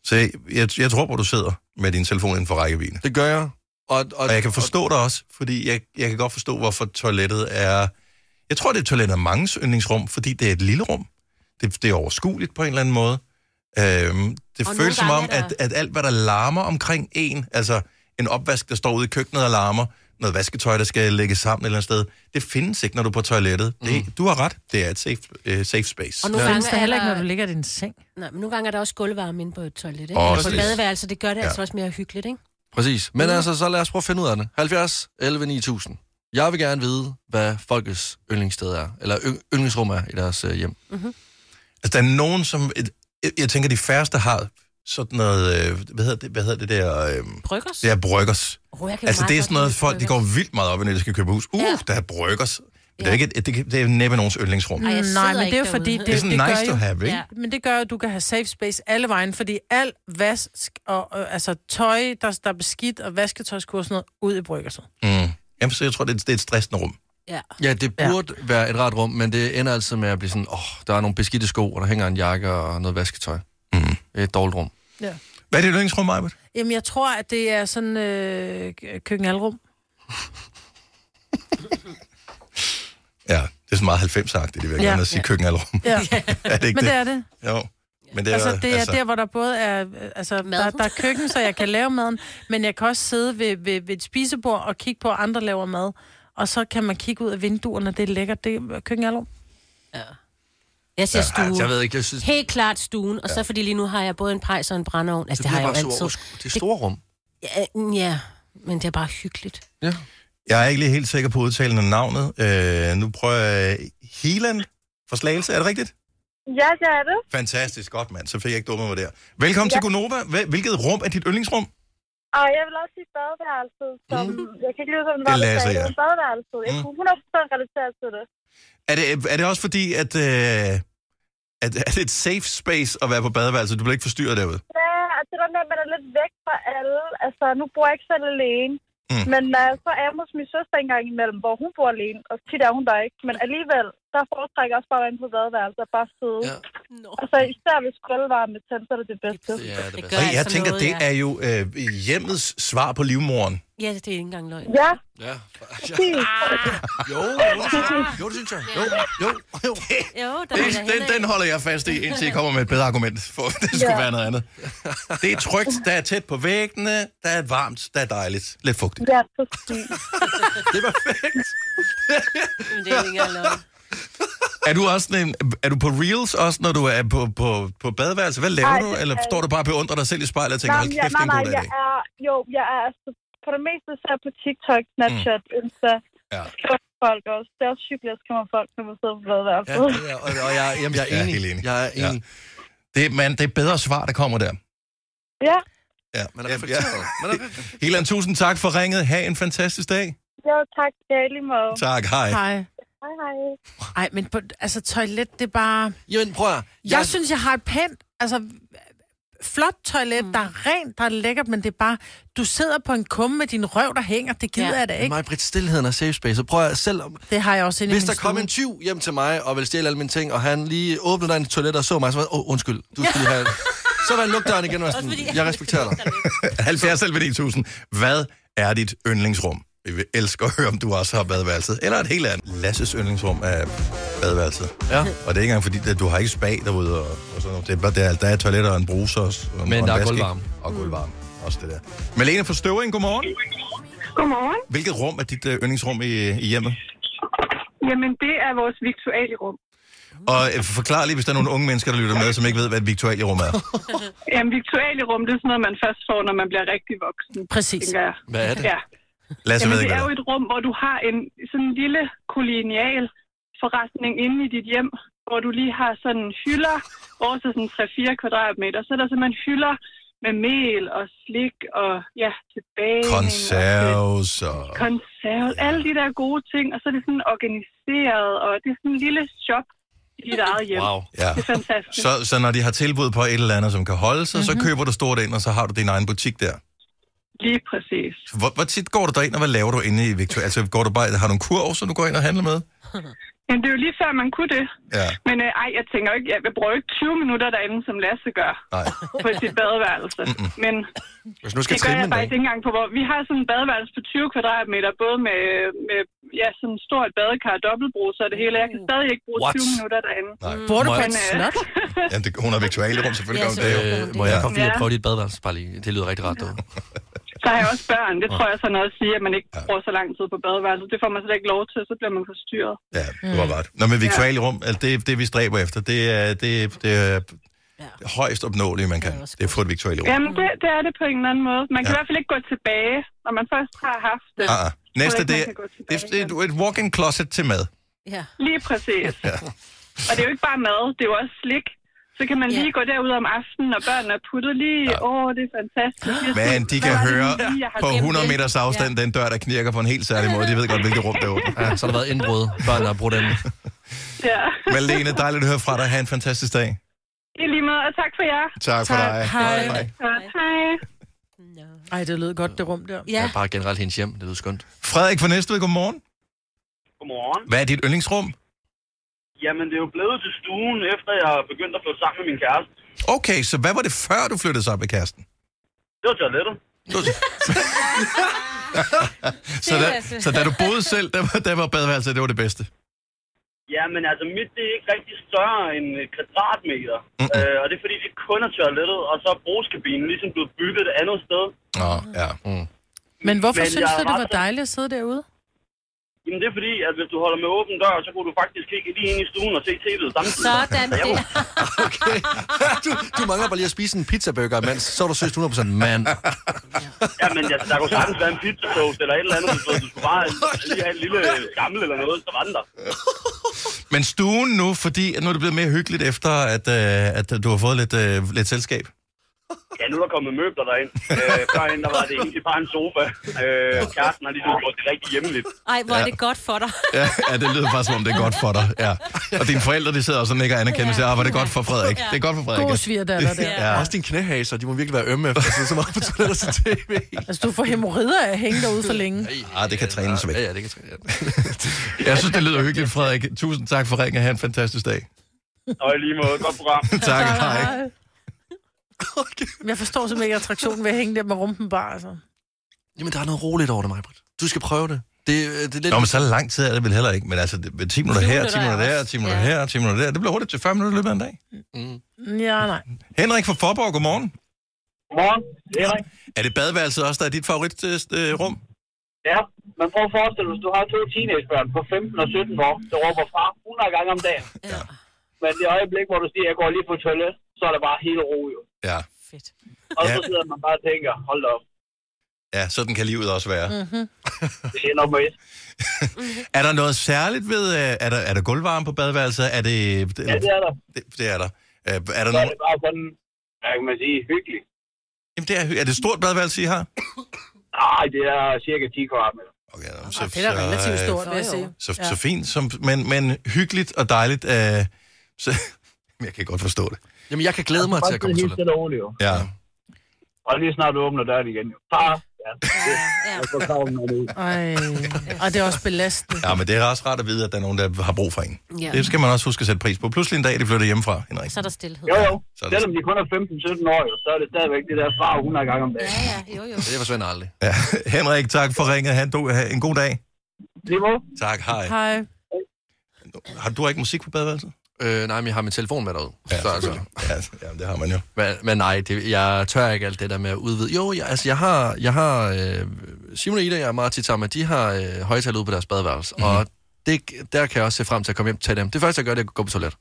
Så jeg, jeg, jeg tror på, at du sidder med din telefon inden for rækkevidde.
Det gør jeg. Og, og,
og jeg kan forstå dig også, fordi jeg, jeg kan godt forstå, hvorfor toilettet er... Jeg tror, det er toilettet er mangens yndlingsrum, fordi det er et lille rum. Det, det er overskueligt på en eller anden måde. Øhm, det
Og
føles som
nogle
om,
gange er
at, at alt, hvad der larmer omkring en, altså en opvask, der står ude i køkkenet og larmer, noget vasketøj, der skal lægges sammen et eller andet sted, det findes ikke, når du er på toilettet. Det, Du har ret, det er et safe, øh, safe space.
Og
Nu
Ja.
findes der heller ikke,
Eller-
når du ligger i din seng.
Nej, men nogle gange er der også gulvvarme inde på et toilet, ikke?
Åh,
Oh, på et
præcis.
badeværelse, det gør det
Ja.
ja. altså også mere hyggeligt, ikke?
Præcis. Men altså, så lad os prøve at finde ud af det. 70 11 9000. Jeg vil gerne vide, hvad folkets yndlingssted er, eller yng- yndlingsrum er i deres øh, hjem.
Mm.
Mm-hmm.
Altså, der er nogen, som... Et, jeg- jeg tænker, de færreste har sådan noget... Øh, hvad, hedder det, hvad hedder det der... Øh,
Bryggers?
Det er bryggers.
Oh, jeg kan
Altså,
meget
det er
godt
sådan noget,
lide
folk de går vildt meget op i, når de skal købe hus. Uh, ja. der er bryggers. Men Det er, ikke, et- det, kan- det er næppe nogens yndlingsrum.
Ej, Mm, Nej, men det er jo
ikke
fordi...
derude.
Det,
Det er sådan
det
nice
gør
to
jo-
have, ikke?
Men det gør jo, at du kan have safe space alle vejen, fordi al vask og øh, altså tøj, der, der er beskidt, og vasketøjskur og sådan noget, ud i bryggerset.
Mm. Jamen, så jeg tror, det er, det er et stressende rum.
Ja.
Ja, det burde ja. være et rart rum, men det ender altid med at blive sådan, åh, oh, der er nogle beskidte sko, og der hænger en jakke og noget vasketøj. Mm. Et dårligt rum.
ja.
Hvad er dit yndlingsrum, Majbert?
Jamen, jeg tror, at det er sådan øh, kø- køkkenalrum.
Ja, det er så meget 90-agtigt, det vil jeg
Ja.
gerne at sige
Ja.
køkkenalrum.
Ja.
er det ikke
Men det er det.
Jo. Men
Det
det er,
altså, det er altså... der,
det
hvor der både er... øh, Altså, der, der er køkken, så jeg kan lave maden, men jeg kan også sidde ved, ved, ved et spisebord og kigge på, at andre laver mad. Og så kan man kigge ud af vinduerne, det er lækkert. Det er køkkenalrum.
Jeg siger
Ja,
ja, stue.
jeg ved ikke, jeg synes-
Helt klart stuen, og
Ja.
så fordi lige nu har jeg både en pejs og en brændeovn. Altså, det, har jeg jo
bare så
altid.
oversku- Det er store rum.
Ja, ja, men det er bare hyggeligt.
Ja.
Jeg er ikke lige helt sikker på udtalen af navnet. Øh, nu prøver jeg... Helan fra Slagelse, er det rigtigt?
Ja, det er det.
Fantastisk, godt mand. Så fik jeg ikke dummet mig der. Velkommen ja. til Gunova. Hvil- Hvilket rum er dit yndlingsrum?
Og jeg vil også sige badeværelset, som... Mm. Jeg kan ikke lide, hvordan det
Det
var, du
læser
sagde det,
jeg.
men badeværelset. Jeg kunne 100% relatere til det.
Er det, er det også fordi, at, øh, at, er det et safe space at være på badeværelset? Du bliver ikke forstyrret derude.
Ja, altså det der med, at man er lidt væk fra alle. Altså, nu bor jeg ikke selv alene. Mm. Men uh, så er jeg hos min søster engang imellem, hvor hun bor alene, og tit er hun der ikke. Men alligevel, der foretrækker jeg også bare at være inde på badeværelset og bare sidde. Ja. No. Altså, især hvis gulvvarme tænder, så er det det bedste.
Ja, det,
Og jeg
altså
tænker,
altså
det er jo øh, hjemmets svar på livmoren.
Ja, det er ikke engang løgn.
Ja.
Ja.
Jo,
jo, det synes jeg. Jo, jo, jo.
Jo, der
Det, den, den holder jeg fast i, indtil I kommer med et bedre argument, for det skulle
Ja.
være noget andet. Det er trygt, der er tæt på væggene, der er varmt, der er dejligt, lidt fugtigt.
Ja, præcis.
det er perfekt.
Men det er ikke engang løgn.
Er du, også sådan en, er du på reels også, når du er på, på, på badeværelse? Hvad laver
Nej,
du?
det
Eller
er-
står du bare og beundrer dig selv i spejlet og tænker, hold
men
kæft,
jeg-
det er en god dag i
jeg
dag?
er, jo, jeg er altså, på det meste så er jeg på TikTok, Snapchat, Insta.
Mm. Ja.
Skriver folk også. Det er også hyggeligt at skrive om folk, når man sidder på badeværelset.
Ja,
Ja, og, og jeg, jamen, jeg
Jeg
er
er
enig.
helt enig.
Jeg er
Ja.
enig.
Det, er- men det er bedre svar, der kommer der.
ja.
Ja.
Man er reflekteret. Man er
Helan, tusind tak for ringet. Ha' en fantastisk dag.
Jo, tak. Ja, i lige måde.
Tak, hej.
Hej.
Hej, hej.
Ej, men på, altså, toilet, det er bare...
Jamen, prøv at...
Jeg, jeg synes, jeg har et pænt, altså flot toilet, mm. der er rent, der er lækkert, men det er bare, du sidder på en kumme med din røv, der hænger, det gider ja. jeg da ikke.
Mig, Britt, stillheden er safe space. Og prøv at, selvom...
Det har jeg også inde i
Hvis
min
der kom
stue.
en tyv hjem til mig og ville stjæle alle mine ting, og han lige åbnede dig en toilet og så mig, så var jeg, åh, undskyld, du skulle lige have... Så var jeg lukket døren igen, og jeg,
Også fordi-
sådan, jeg respekterer dig.
70 selv 1000. Hvad er dit yndlingsrum? Vi vil elsker at høre, om du også har badeværelset. Eller et helt andet. Lasses yndlingsrum er badeværelset.
Ja.
Og det er ikke engang fordi, at du har ikke spa derude. Og, og sådan noget. Det er bare, der, der er toiletter og en bruser også. Og,
Men
og en
der er
vask,
gulvvarme.
ikke? Og gulvvarme. Også det der. Malene fra Støvring, godmorgen.
Godmorgen.
Hvilket rum er dit øh, yndlingsrum i, i hjemmet?
Jamen, det er vores virtuelle rum.
Og øh, forklar lige, hvis der er nogle unge mennesker, der lytter med, som ikke ved, hvad et viktualierum er.
Jamen, virtuelle rum, det er sådan noget, man først får, når man bliver rigtig voksen.
Præcis.
Hvad er det?
Ja.
Lad os
Jamen,
ved
det
ikke,
er
hvad
jo
det
et rum, hvor du har en sådan en lille kolonial forretning inde i dit hjem, hvor du lige har sådan hylder over til sådan 3-4 kvadratmeter. Så er der simpelthen hylder med mel og slik og ja, tilbage.
er. Konserves og...
konserve, alle de der gode ting, og så er det sådan organiseret, og det er sådan en lille shop i dit eget hjem.
Wow. Ja.
Det er fantastisk.
Så, så når de har tilbud på et eller andet, som kan holde sig, mm-hmm. så køber du stort ind, og så har du din egen butik der.
Mhm. Lige præcis.
Hvor, hvor tit går du derind, og hvad laver du inde i Victoria? Altså, går du bare, har du en kurv, som du går ind og handler med?
Men det er jo lige før, man kunne det.
Ja.
Men øh, ej, jeg tænker jo ikke, jeg vil bruge ikke 20 minutter derinde, som Lasse gør
Nej.
på sit badeværelse. Men
Hvis nu skal
det gør
trimme
jeg
en
faktisk
dag.
ikke engang på, hvor vi har sådan en badeværelse på 20 kvadratmeter, både med, med ja, sådan et stort badekar, dobbeltbrus og det hele. Jeg kan stadig ikke bruge
What?
20 minutter derinde.
Nej.
Mm.
Mm. Bor du på
Men,
et
øh,
slot? Jamen, det, hun har Victoria-rum, selvfølgelig.
Ja,
gør hun det jo.
selvfølgelig.
Øh, Må jeg
Ja.
komme lige og
Ja.
prøve dit badeværelse? Bare lige. Det lyder rigtig rart. Ja.
Så har jeg også børn. Det tror jeg så noget at sige, at man ikke bruger så lang tid på badeværelset. Det får man slet ikke lov til, så bliver man forstyrret.
Ja,
Mm.
du har ret. Nå, men Victoria-rum, altså, det, er det vi stræber efter, det er det, det er det højst opnåelige, man kan. Det er at få et Victoria-rum.
Jamen, det, det er det på en eller anden måde. Man kan
Ja.
i hvert fald ikke gå tilbage, når man først har haft det.
Ah, ah. Næste,
Jeg tror ikke, man
det, er-
kan gå tilbage
det, er- det er et walk-in closet til mad.
Ja. Lige præcis.
Ja.
Og det er jo ikke bare mad, det er jo også slik. Så kan man lige gå derud om aftenen, når børnene er puttet lige. Åh, oh, det er fantastisk. Jeg
Men
synes,
de
hvad
kan
var det
høre
lige, jeg har
på
glemt
100
det?
meters afstand, den dør, der knirker på en helt særlig måde. De ved godt, hvilket rum det er.
Ja, så har der været indbrud. Børn har brudt den.
Ja.
Malene, dejligt at høre fra dig. Ha' en fantastisk dag.
I lige måde, og tak for jer.
Tak for Tak. dig. Hej. Hej.
Godt, hej.
Ej, det lød godt, det rum der.
Ja. Bare generelt hendes hjem. Det lyder skønt.
Frederik fra Næstved, godmorgen.
Godmorgen.
Hvad er dit yndlingsrum?
Jamen, det er jo blevet til stuen, efter jeg begyndte at flytte sammen med min kæreste.
Okay, så hvad var det før, du flyttede sammen med kæresten?
Det var toilettet.
altså- så, da, så da du boede selv, der var, der var badeværelset, det var det bedste.
Jamen altså, mit det er ikke rigtig større end et kvadratmeter. Mm-hmm. Øh, og det er fordi, det kun er toilettet, og så er brugskabinen ligesom blevet bygget et andet sted.
Nå, ja. Mm.
Men hvorfor Men
Men jeg
synes
er
du, det
ret
var dejligt at sidde derude?
Jamen det er fordi, at hvis du holder med åben dør, så kunne du faktisk kigge lige ind i stuen og se tv'et samtidig.
Sådan
Så jeg
det.
var-
du, du mangler bare lige at spise en pizzaburger, mens så er du søst 100% mand.
Jamen altså, der kunne sagtens være en pizza toast eller et eller andet, hvis du skulle bare lige have en lille gammel eller noget, så var den der.
Men stuen nu, fordi at nu er det blevet mere hyggeligt efter, at, øh, at du har fået lidt, øh, lidt selskab.
Ja, nu er der kommet møbler derind. Øh, førhen der var det egentlig bare en sofa. Øh, kæresten har ligesom gjort det rigtig hjemmeligt.
Ej, hvor er
Ja.
det godt for dig.
Ja, ja, det lyder faktisk, som om det er godt for dig. Ja. Og dine forældre, de sidder også og nikker anerkendelse. og siger, Ah, var det godt for Frederik? Det er godt for Frederik.
God svigerdatter der.
Ja.
Også dine knæhaser, de må virkelig være ømme efter at sidde så meget på toilettet til tv.
Altså, du får hemorrider af at hænge derude for længe.
Ah, det kan trænes væk.
Ja, ja, det kan træne. Ja.
Jeg synes, det lyder hyggeligt, Frederik. Tusind tak for ringen. Ha' en fantastisk dag.
Og i lige måde, godt program.
Tak, hej.
Men Jeg forstår simpelthen ikke attraktionen ved at hænge der med rumpen bare, altså.
Jamen, der er noget roligt over det, Majbrit. Du skal prøve det. Det, øh, det er lidt...
Nå, men så lang tid er det vel heller ikke. Men altså, det- 10 minutter her, 10
minutter
minutter
er
der,
også-
10 minutter
ja.
her, 10 minutter der. Det bliver hurtigt til 40 minutter i løbet af en dag.
Ja, nej.
Henrik fra Forborg, godmorgen.
Godmorgen, Henrik.
Er det badeværelset også, der er dit favoritrum?
Ja, man prøver at forestille sig, hvis du har to teenagebørn på 15 og 17 år, der råber far 100 gange om dagen.
Ja.
Men det øjeblik, hvor du siger, jeg går lige på toilet, så er der bare helt ro jo.
Ja.
Og så sidder man bare og tænker, hold da op,
Ja, sådan kan livet også være.
mm-hmm. det er nummer et.
Er der noget særligt ved, øh, er der, er der gulvvarme på badeværelset? Er det,
Ja, det er der.
Det, det er der. Øh, Er der
Så er
nogen,
det bare sådan, hvad kan man sige, hyggeligt.
jamen det er, hy- er det et stort badeværelse, I har?
Nej, det er cirka 10 kvadratmeter.
Okay,
så,
Ah, det er da så, relativt øh, stort,
vil jeg sige.
Så, ja. så fint, som, men, men hyggeligt og dejligt. Øh, så, men jeg kan godt forstå det.
Jamen, jeg kan glæde mig til at komme på
toilet. Og roligt, jo.
Ja.
Og lige snart du åbner døren igen, jo. Far, ja, det, ja. så kommer man ud.
Ej. Og det er også belastende.
ja, men det er også rart at vide, at der er nogen, der har brug for en.
Ja.
Ja. Det skal man også huske at sætte pris på. Pludselig en dag, de flytter hjemmefra, Henrik.
Så er der stillhed.
Jo, jo.
Så er det-
Selvom de kun er 15-17 år, jo, så er det stadigvæk det der far 100 gange om dagen. Ja,
ja, jo, jo.
Det forsvinder aldrig.
Ja. Henrik, tak for ringet. Ha' en, do, ha' en god dag.
Lige måde.
Tak, hej.
Hej.
Har du ikke musik på badeværelset?
Øh, nej, men jeg har min telefon med altså- derude.
Ja, selvfølgelig. ja, det har man jo.
Men, men nej, det, jeg tør ikke alt det der med at udvide. Jo, jeg, altså, jeg har... Jeg har øh, Simon og Ida, jeg er meget tit sammen med, de har øh, højtaler ude på deres badeværelse. Mm.
Mhm.
Og det, der kan jeg også se frem til at komme hjem til dem. Det første, jeg gør, det er at gå på toilet.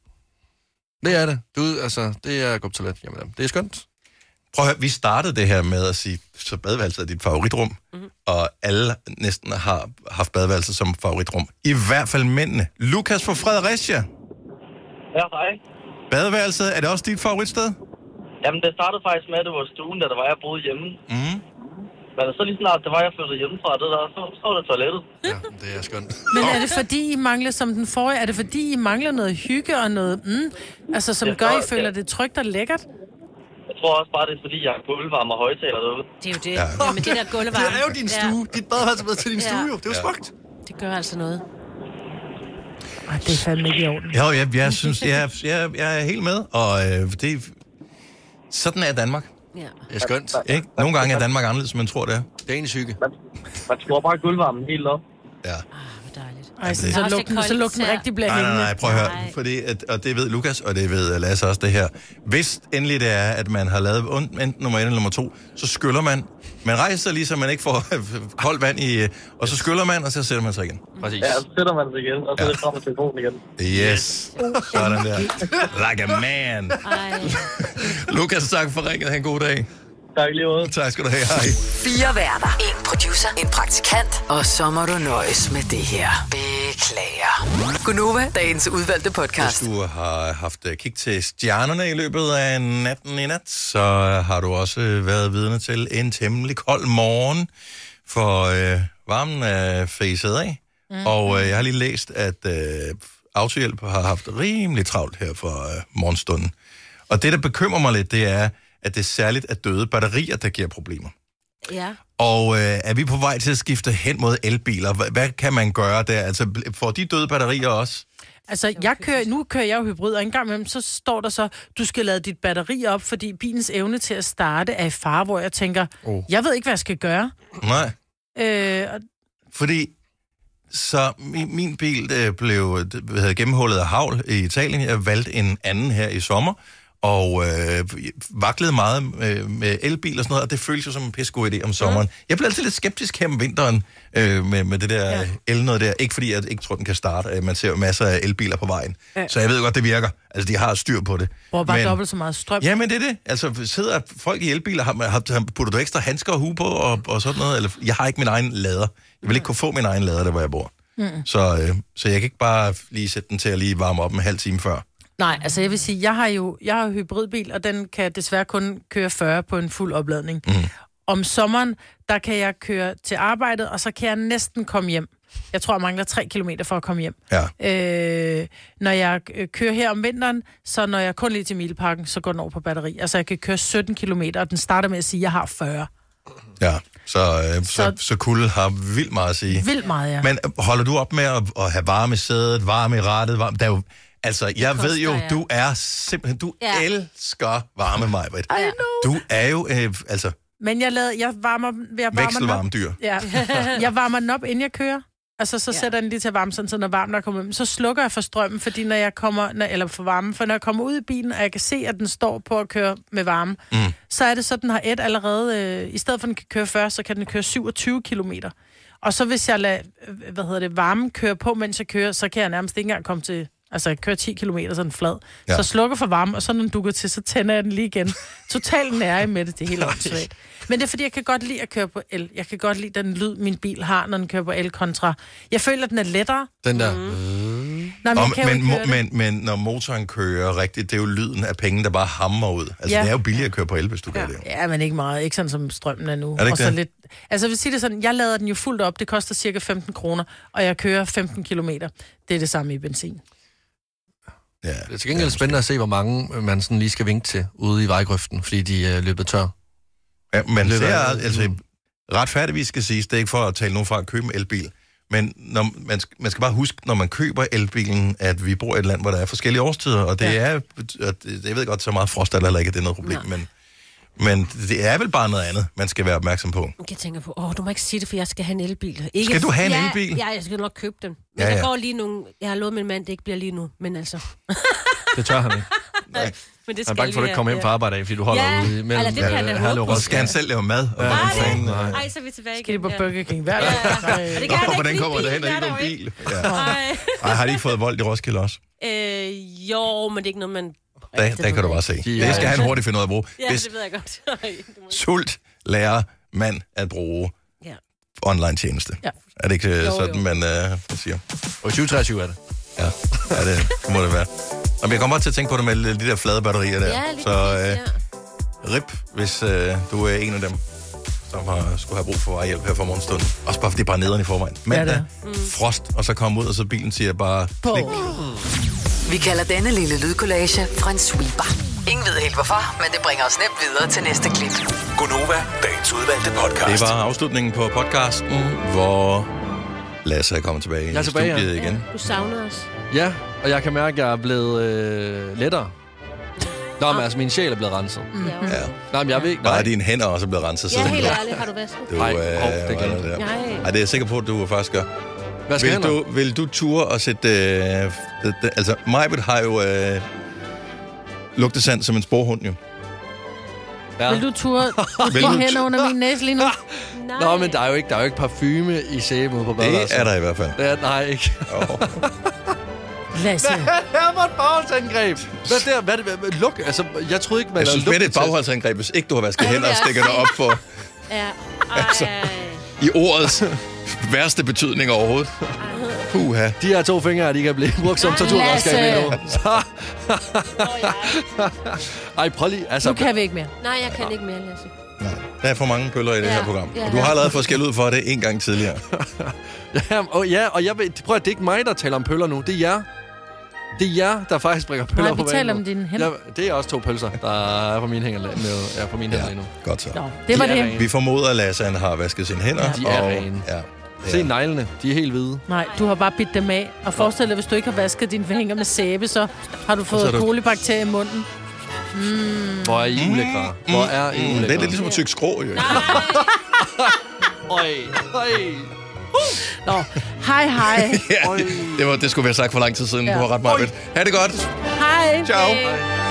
Det er det. Du, altså, det er at gå på toilet hjemme med dem. Det er skønt.
Prøv at høre, vi startede det her med at sige, så badeværelset er dit favoritrum, mm-hmm. og alle næsten har haft badeværelset som favoritrum. I hvert fald mændene. Lukas fra Fredericia.
Ja, hej.
Badeværelset, er det også dit favoritsted?
Jamen, det startede faktisk med, at det var stuen, da der var, jeg boede hjemme.
Mm.
Men så lige snart, det var, jeg flyttede hjemmefra, det der, så, så var det toilettet.
Ja, det er skønt.
Men er det fordi, I mangler, som den forrige, er det fordi, I mangler noget hygge og noget, mm, altså som
Jeg
gør, I
tror,
føler
ja.
det trygt og lækkert?
Jeg tror også bare, det er fordi, jeg har gulvvarme og højtaler derude.
Det er jo det. Ja. Jamen, det der gulvvarme.
Det er jo din stue.
Dit badeværelse er blevet til din
stue,
jo. Det er jo smukt.
Det gør altså noget.
Ej, det er fandme ikke i orden.
Jo, jeg, jeg synes, jeg, jeg, jeg er helt med, og øh, det, sådan er Danmark.
Ja.
Det er skønt.
Ikke? Nogle gange er Danmark anderledes, som man tror, det er.
Dagens hygge.
Man skruer bare gulvvarmen helt op.
Ej, så,
det-
så,
Også
lugten,
lidt
så
koldt
lugten
især.
rigtig bliver
Nej, nej,
hængende.
nej, prøv at høre. Fordi, at, og det ved Lukas, og det ved Lasse også, det her. Hvis endelig det er, at man har lavet ondt, enten nummer 1 eller nummer 2, så skyller man. Man rejser sig lige, så man ikke får koldt vand i... øh, Og så skyller man, og så sætter man sig igen.
Præcis.
Ja, så sætter man sig igen, og så er det frem med telefonen igen.
Yes. Sådan der. Like a man. Lukas, tak for ringet. Ha' en god dag.
Tak lige måde.
Tak skal du have. Hej.
Fire værter. En producer. En praktikant. Og så må du nøjes med det her. Beklager. Gunova, dagens udvalgte podcast.
Hvis du har haft øh, kig til stjernerne i løbet af natten i nat, så har du også øh, været vidne til en temmelig kold morgen, for øh, varmen er facet af. Mm. Og øh, jeg har lige læst, at øh, autohjælp har haft rimelig travlt her for øh, morgenstunden. Og det, der bekymrer mig lidt, det er, at det særligt er døde batterier, der giver problemer.
Ja.
Og øh, er vi på vej til at skifte hen mod elbiler? Hvad, hvad kan man gøre der? Altså, bl- får de døde batterier også?
Altså, jeg kører, nu kører jeg jo hybrid, og en gang imellem, så står der så, du skal lade dit batteri op, fordi bilens evne til at starte er i fare, hvor jeg tænker,
Oh.
jeg ved ikke, hvad jeg skal gøre.
Nej.
Øh, og
Fordi Så min, min bil øh, blev øh, hvad hedder, gennemhullet af havl i Italien. Jeg valgte en anden her i sommer, og øh, vaklede meget øh, med elbil og sådan noget, og det føltes jo som en pissegod idé om sommeren. Mm. Jeg blev altid lidt skeptisk her om vinteren øh, med, med det der ja. el noget der. Ikke fordi jeg ikke tror, den kan starte. Øh, Man ser jo masser af elbiler på vejen.
Ja.
Ja. Så jeg ved godt, det virker. Altså, de har styr på det.
Bruger bare
Men-
dobbelt så meget strøm.
Ja, men det er det. Altså, sidder folk i elbiler, har, har, har, putter du ekstra handsker og hue på og, og sådan noget? Eller, jeg har ikke min egen lader. Jeg vil ikke kunne få min egen lader, der hvor jeg bor.
Mm.
Så, øh, så jeg kan ikke bare lige sætte den til at lige varme op en halv time før.
Nej, altså jeg vil sige, jeg har jo jeg har jo hybridbil, og den kan desværre kun køre 40 på en fuld opladning. Mm. Om sommeren, der kan jeg køre til arbejdet, og så kan jeg næsten komme hjem. Jeg tror, jeg mangler 3 km for at komme hjem.
Ja.
Øh, når jeg øh, kører her om vinteren, så når jeg kun lige til Mileparken, så går den over på batteri. Altså jeg kan køre 17 km, og den starter med at sige, at jeg har 40.
Ja, så, øh, så, så, så kulde har vildt meget at sige.
Vildt meget, ja.
Men øh, holder du op med at, at have varme i sædet, varme i rattet? Varme, der er jo, altså, jeg
koster,
ved jo,
ja.
du er simpelthen, du
Ja.
ja. elsker varme, Majbrit.
I
Du er jo, øh, altså,
Men jeg, lader, jeg varmer, jeg varmer den op.
Vekselvarmdyr.
Ja. Jeg varmer den op, inden jeg kører. Altså, så ja. sætter jeg den lige til at varme, sådan, så når varmen er kommet hjem, så slukker jeg for strømmen, fordi når jeg kommer, når, eller for varmen, for når jeg kommer ud i bilen, og jeg kan se, at den står på at køre med varme, mm. så er det så, at den har et allerede, øh, i stedet for at den kan køre 40, så kan den køre 27 km. Og så hvis jeg lader, øh, hvad hedder det, varmen køre på, mens jeg kører, så kan jeg nærmest ikke engang komme til, altså jeg kører 10 km, så er den flad. Ja.
Ja.
Så slukker for varmen, og så når den dukker til, så tænder jeg den lige igen. Totalt nære med det, det er helt åndssvagt. Men det er fordi, jeg kan godt lide at køre på el. Jeg kan godt lide den lyd, min bil har, når den kører på el kontra. Jeg føler, at den er lettere.
Den der...
Mm-hmm. Nå, men
Om,
jeg kan jo
Mm. men,
ikke
mo-
høre
men, men når motoren kører rigtigt, det er jo lyden af penge, der bare hammer ud. Altså,
Ja.
ja. det er jo billigere at køre på el, hvis du ja. gør det. jo.
Ja, men ikke meget. Ikke sådan, som strømmen er nu.
Er det ikke
og så
det?
lidt... Altså, jeg vil sige det sådan, jeg lader den jo fuldt op. Det koster cirka 15 kroner, og jeg kører 15 kilometer. Det er det samme i benzin.
Ja,
det er til gengæld spændende at se, hvor mange øh, man sådan lige skal vinke til ude i vejgrøften, fordi de er løbet tør.
Ja, man ser, altså,
Mm.
retfærdigvis skal siges, det er ikke for at tale nogen fra at købe en elbil, men når, man, sk- man skal bare huske, når man køber elbilen, at vi bor i et land, hvor der er forskellige årstider, og det ja. er, og det, jeg ved godt, så meget frost er der heller ikke, at det er noget problem, men, men det er vel bare noget andet, man skal være opmærksom på.
Jeg tænker på, åh, du må ikke sige det, for jeg skal have en elbil. Ikke,
Skal du have en
ja,
elbil?
Ja, jeg skal nok købe den. Men ja,
Ja,
ja.
ja.
der går lige nogle... Jeg har lovet min mand, det ikke bliver lige nu, men altså...
Det tør han ikke. Nej.
Men det
jeg er
skal
bange for, at du
lige
ikke kommer hjem
være-
på arbejde af, fordi du holder
Ja,
ude imellem.
eller det kan jeg da
øh,
håbe
Herlev
på.
og
Skal han selv lave mad? Og
Ja,
hvad fanden? Nej.
Ej, så er vi tilbage
Skal de på
igen, ja.
Burger King hver dag?
Ja. Og det kan han
Nå,
ikke
hvordan
lide
kommer der
bilen,
hen, der
er
ikke er
der jo
en bil? Ja. Ej, har de ikke fået vold i Roskilde også?
Øh, jo, men det er ikke noget, man...
Der, der kan du bare se. Det skal han hurtigt finde ud af at bruge.
Ja,
Hvis
det ved jeg godt. Ej, du må-
sult lærer mand at bruge
Ja.
online tjeneste.
Ja.
Er det ikke øh,
Jo,
sådan,
jo.
man øh, siger?
Og 2023 er det.
Ja, ja det må det være. Og jeg kommer bare til at tænke på det med de der flade batterier der.
Ja, lige
så øh, rip, hvis øh, du er en af dem, som har, skulle have brug for vejhjælp her for morgenstunden. Også bare, fordi det er bare nederen i forvejen. Mandag, ja,
Mm.
frost, og så kommer ud, og så bilen siger bare klik.
Vi kalder denne lille lydkollage en sweeper. Ingen ved helt hvorfor, men det bringer os nemt videre til næste klip.
Gonova, dagens udvalgte podcast.
Det var afslutningen på podcasten, hvor Lasse er kommet tilbage
Jeg er
i
tilbage, ja.
studiet igen.
Du savner os.
Ja, og jeg kan mærke, at jeg er blevet øh, lettere. Nå, men altså, min sjæl er blevet renset.
Ah. Mm. Ja.
Ja.
Nej, men jeg ved ikke...
Bare dine hænder også er blevet renset
Ja,
siden.
helt
du-
ærligt, har du været
Du,
så
Nej, øh,
hov, det
det
glemte
der.
Nej.
Ej, det er jeg sikker på, at du faktisk gør.
Hvad skal
vil,
jeg
du, vil du ture og sætte... Øh, d- d- altså, Majbet har jo øh, lugtesand som en sporhund, jo.
Ja.
Vil du turde
Vil
dine
du
hænder
tu-
under min næse lige nu?
Nå, men der er jo ikke, der er jo ikke parfume i sæben ude på badeværelset.
er der i hvert fald.
Det er, nej, ikke.
Oh.
Lasse.
Hvad var et bagholdsangreb? Hvad der? Hvad, hvad, hvad, luk, altså, jeg troede ikke, man
Jeg
lavede
synes, med det er et
lugtetest.
bagholdsangreb, hvis ikke du har vasket hænder og
det er
stikker dig op for
Ja.
Altså. i ordets værste betydning overhovedet. Puha.
De her to fingre, de kan blive brugt som
Ej,
torturredskab
Lasse.
i år. Så- Ej, prøv lige. Altså,
Nu kan vi ikke mere.
Nej, jeg kan ikke mere, Lasse.
Der er for mange bøller i det
Ja.
her program.
Ja.
Og du har allerede fået skæld ud for det en gang tidligere.
ja, og, ja, og jeg ved, prøv at det er ikke mig, der taler om pøller nu. Det er jer. Det er jer, der faktisk bringer pøller
Nej,
på
vi
banen
taler
nu.
om dine hænder.
Jeg, det er også to pølser, der er på mine hænder, med, er på mine hænder ja. endnu.
Godt så. Nå,
det var
de
det.
Er
Vi
vi
formoder, at Lasse han har vasket sine hænder.
De er
og,
rene.
Ja.
Se neglene, de er helt hvide.
Nej, du har bare bidt dem af. Og forestil dig, hvis du ikke har vasket dine fingre med sæbe, så har du
Så er
fået
du-
kolibakterier i munden. Mm.
Hvor er I ulækre? Hvor er I
Mm,
ulækre?
det er lidt ligesom at tykke skrå, jo.
Øj, øj. Uh. Nå, hej hej.
ja, det, var, det skulle vi have sagt for lang tid siden. Ja.
Ja.
Du har ret meget. Ha' det godt.
Hej.
Ciao.
Hej.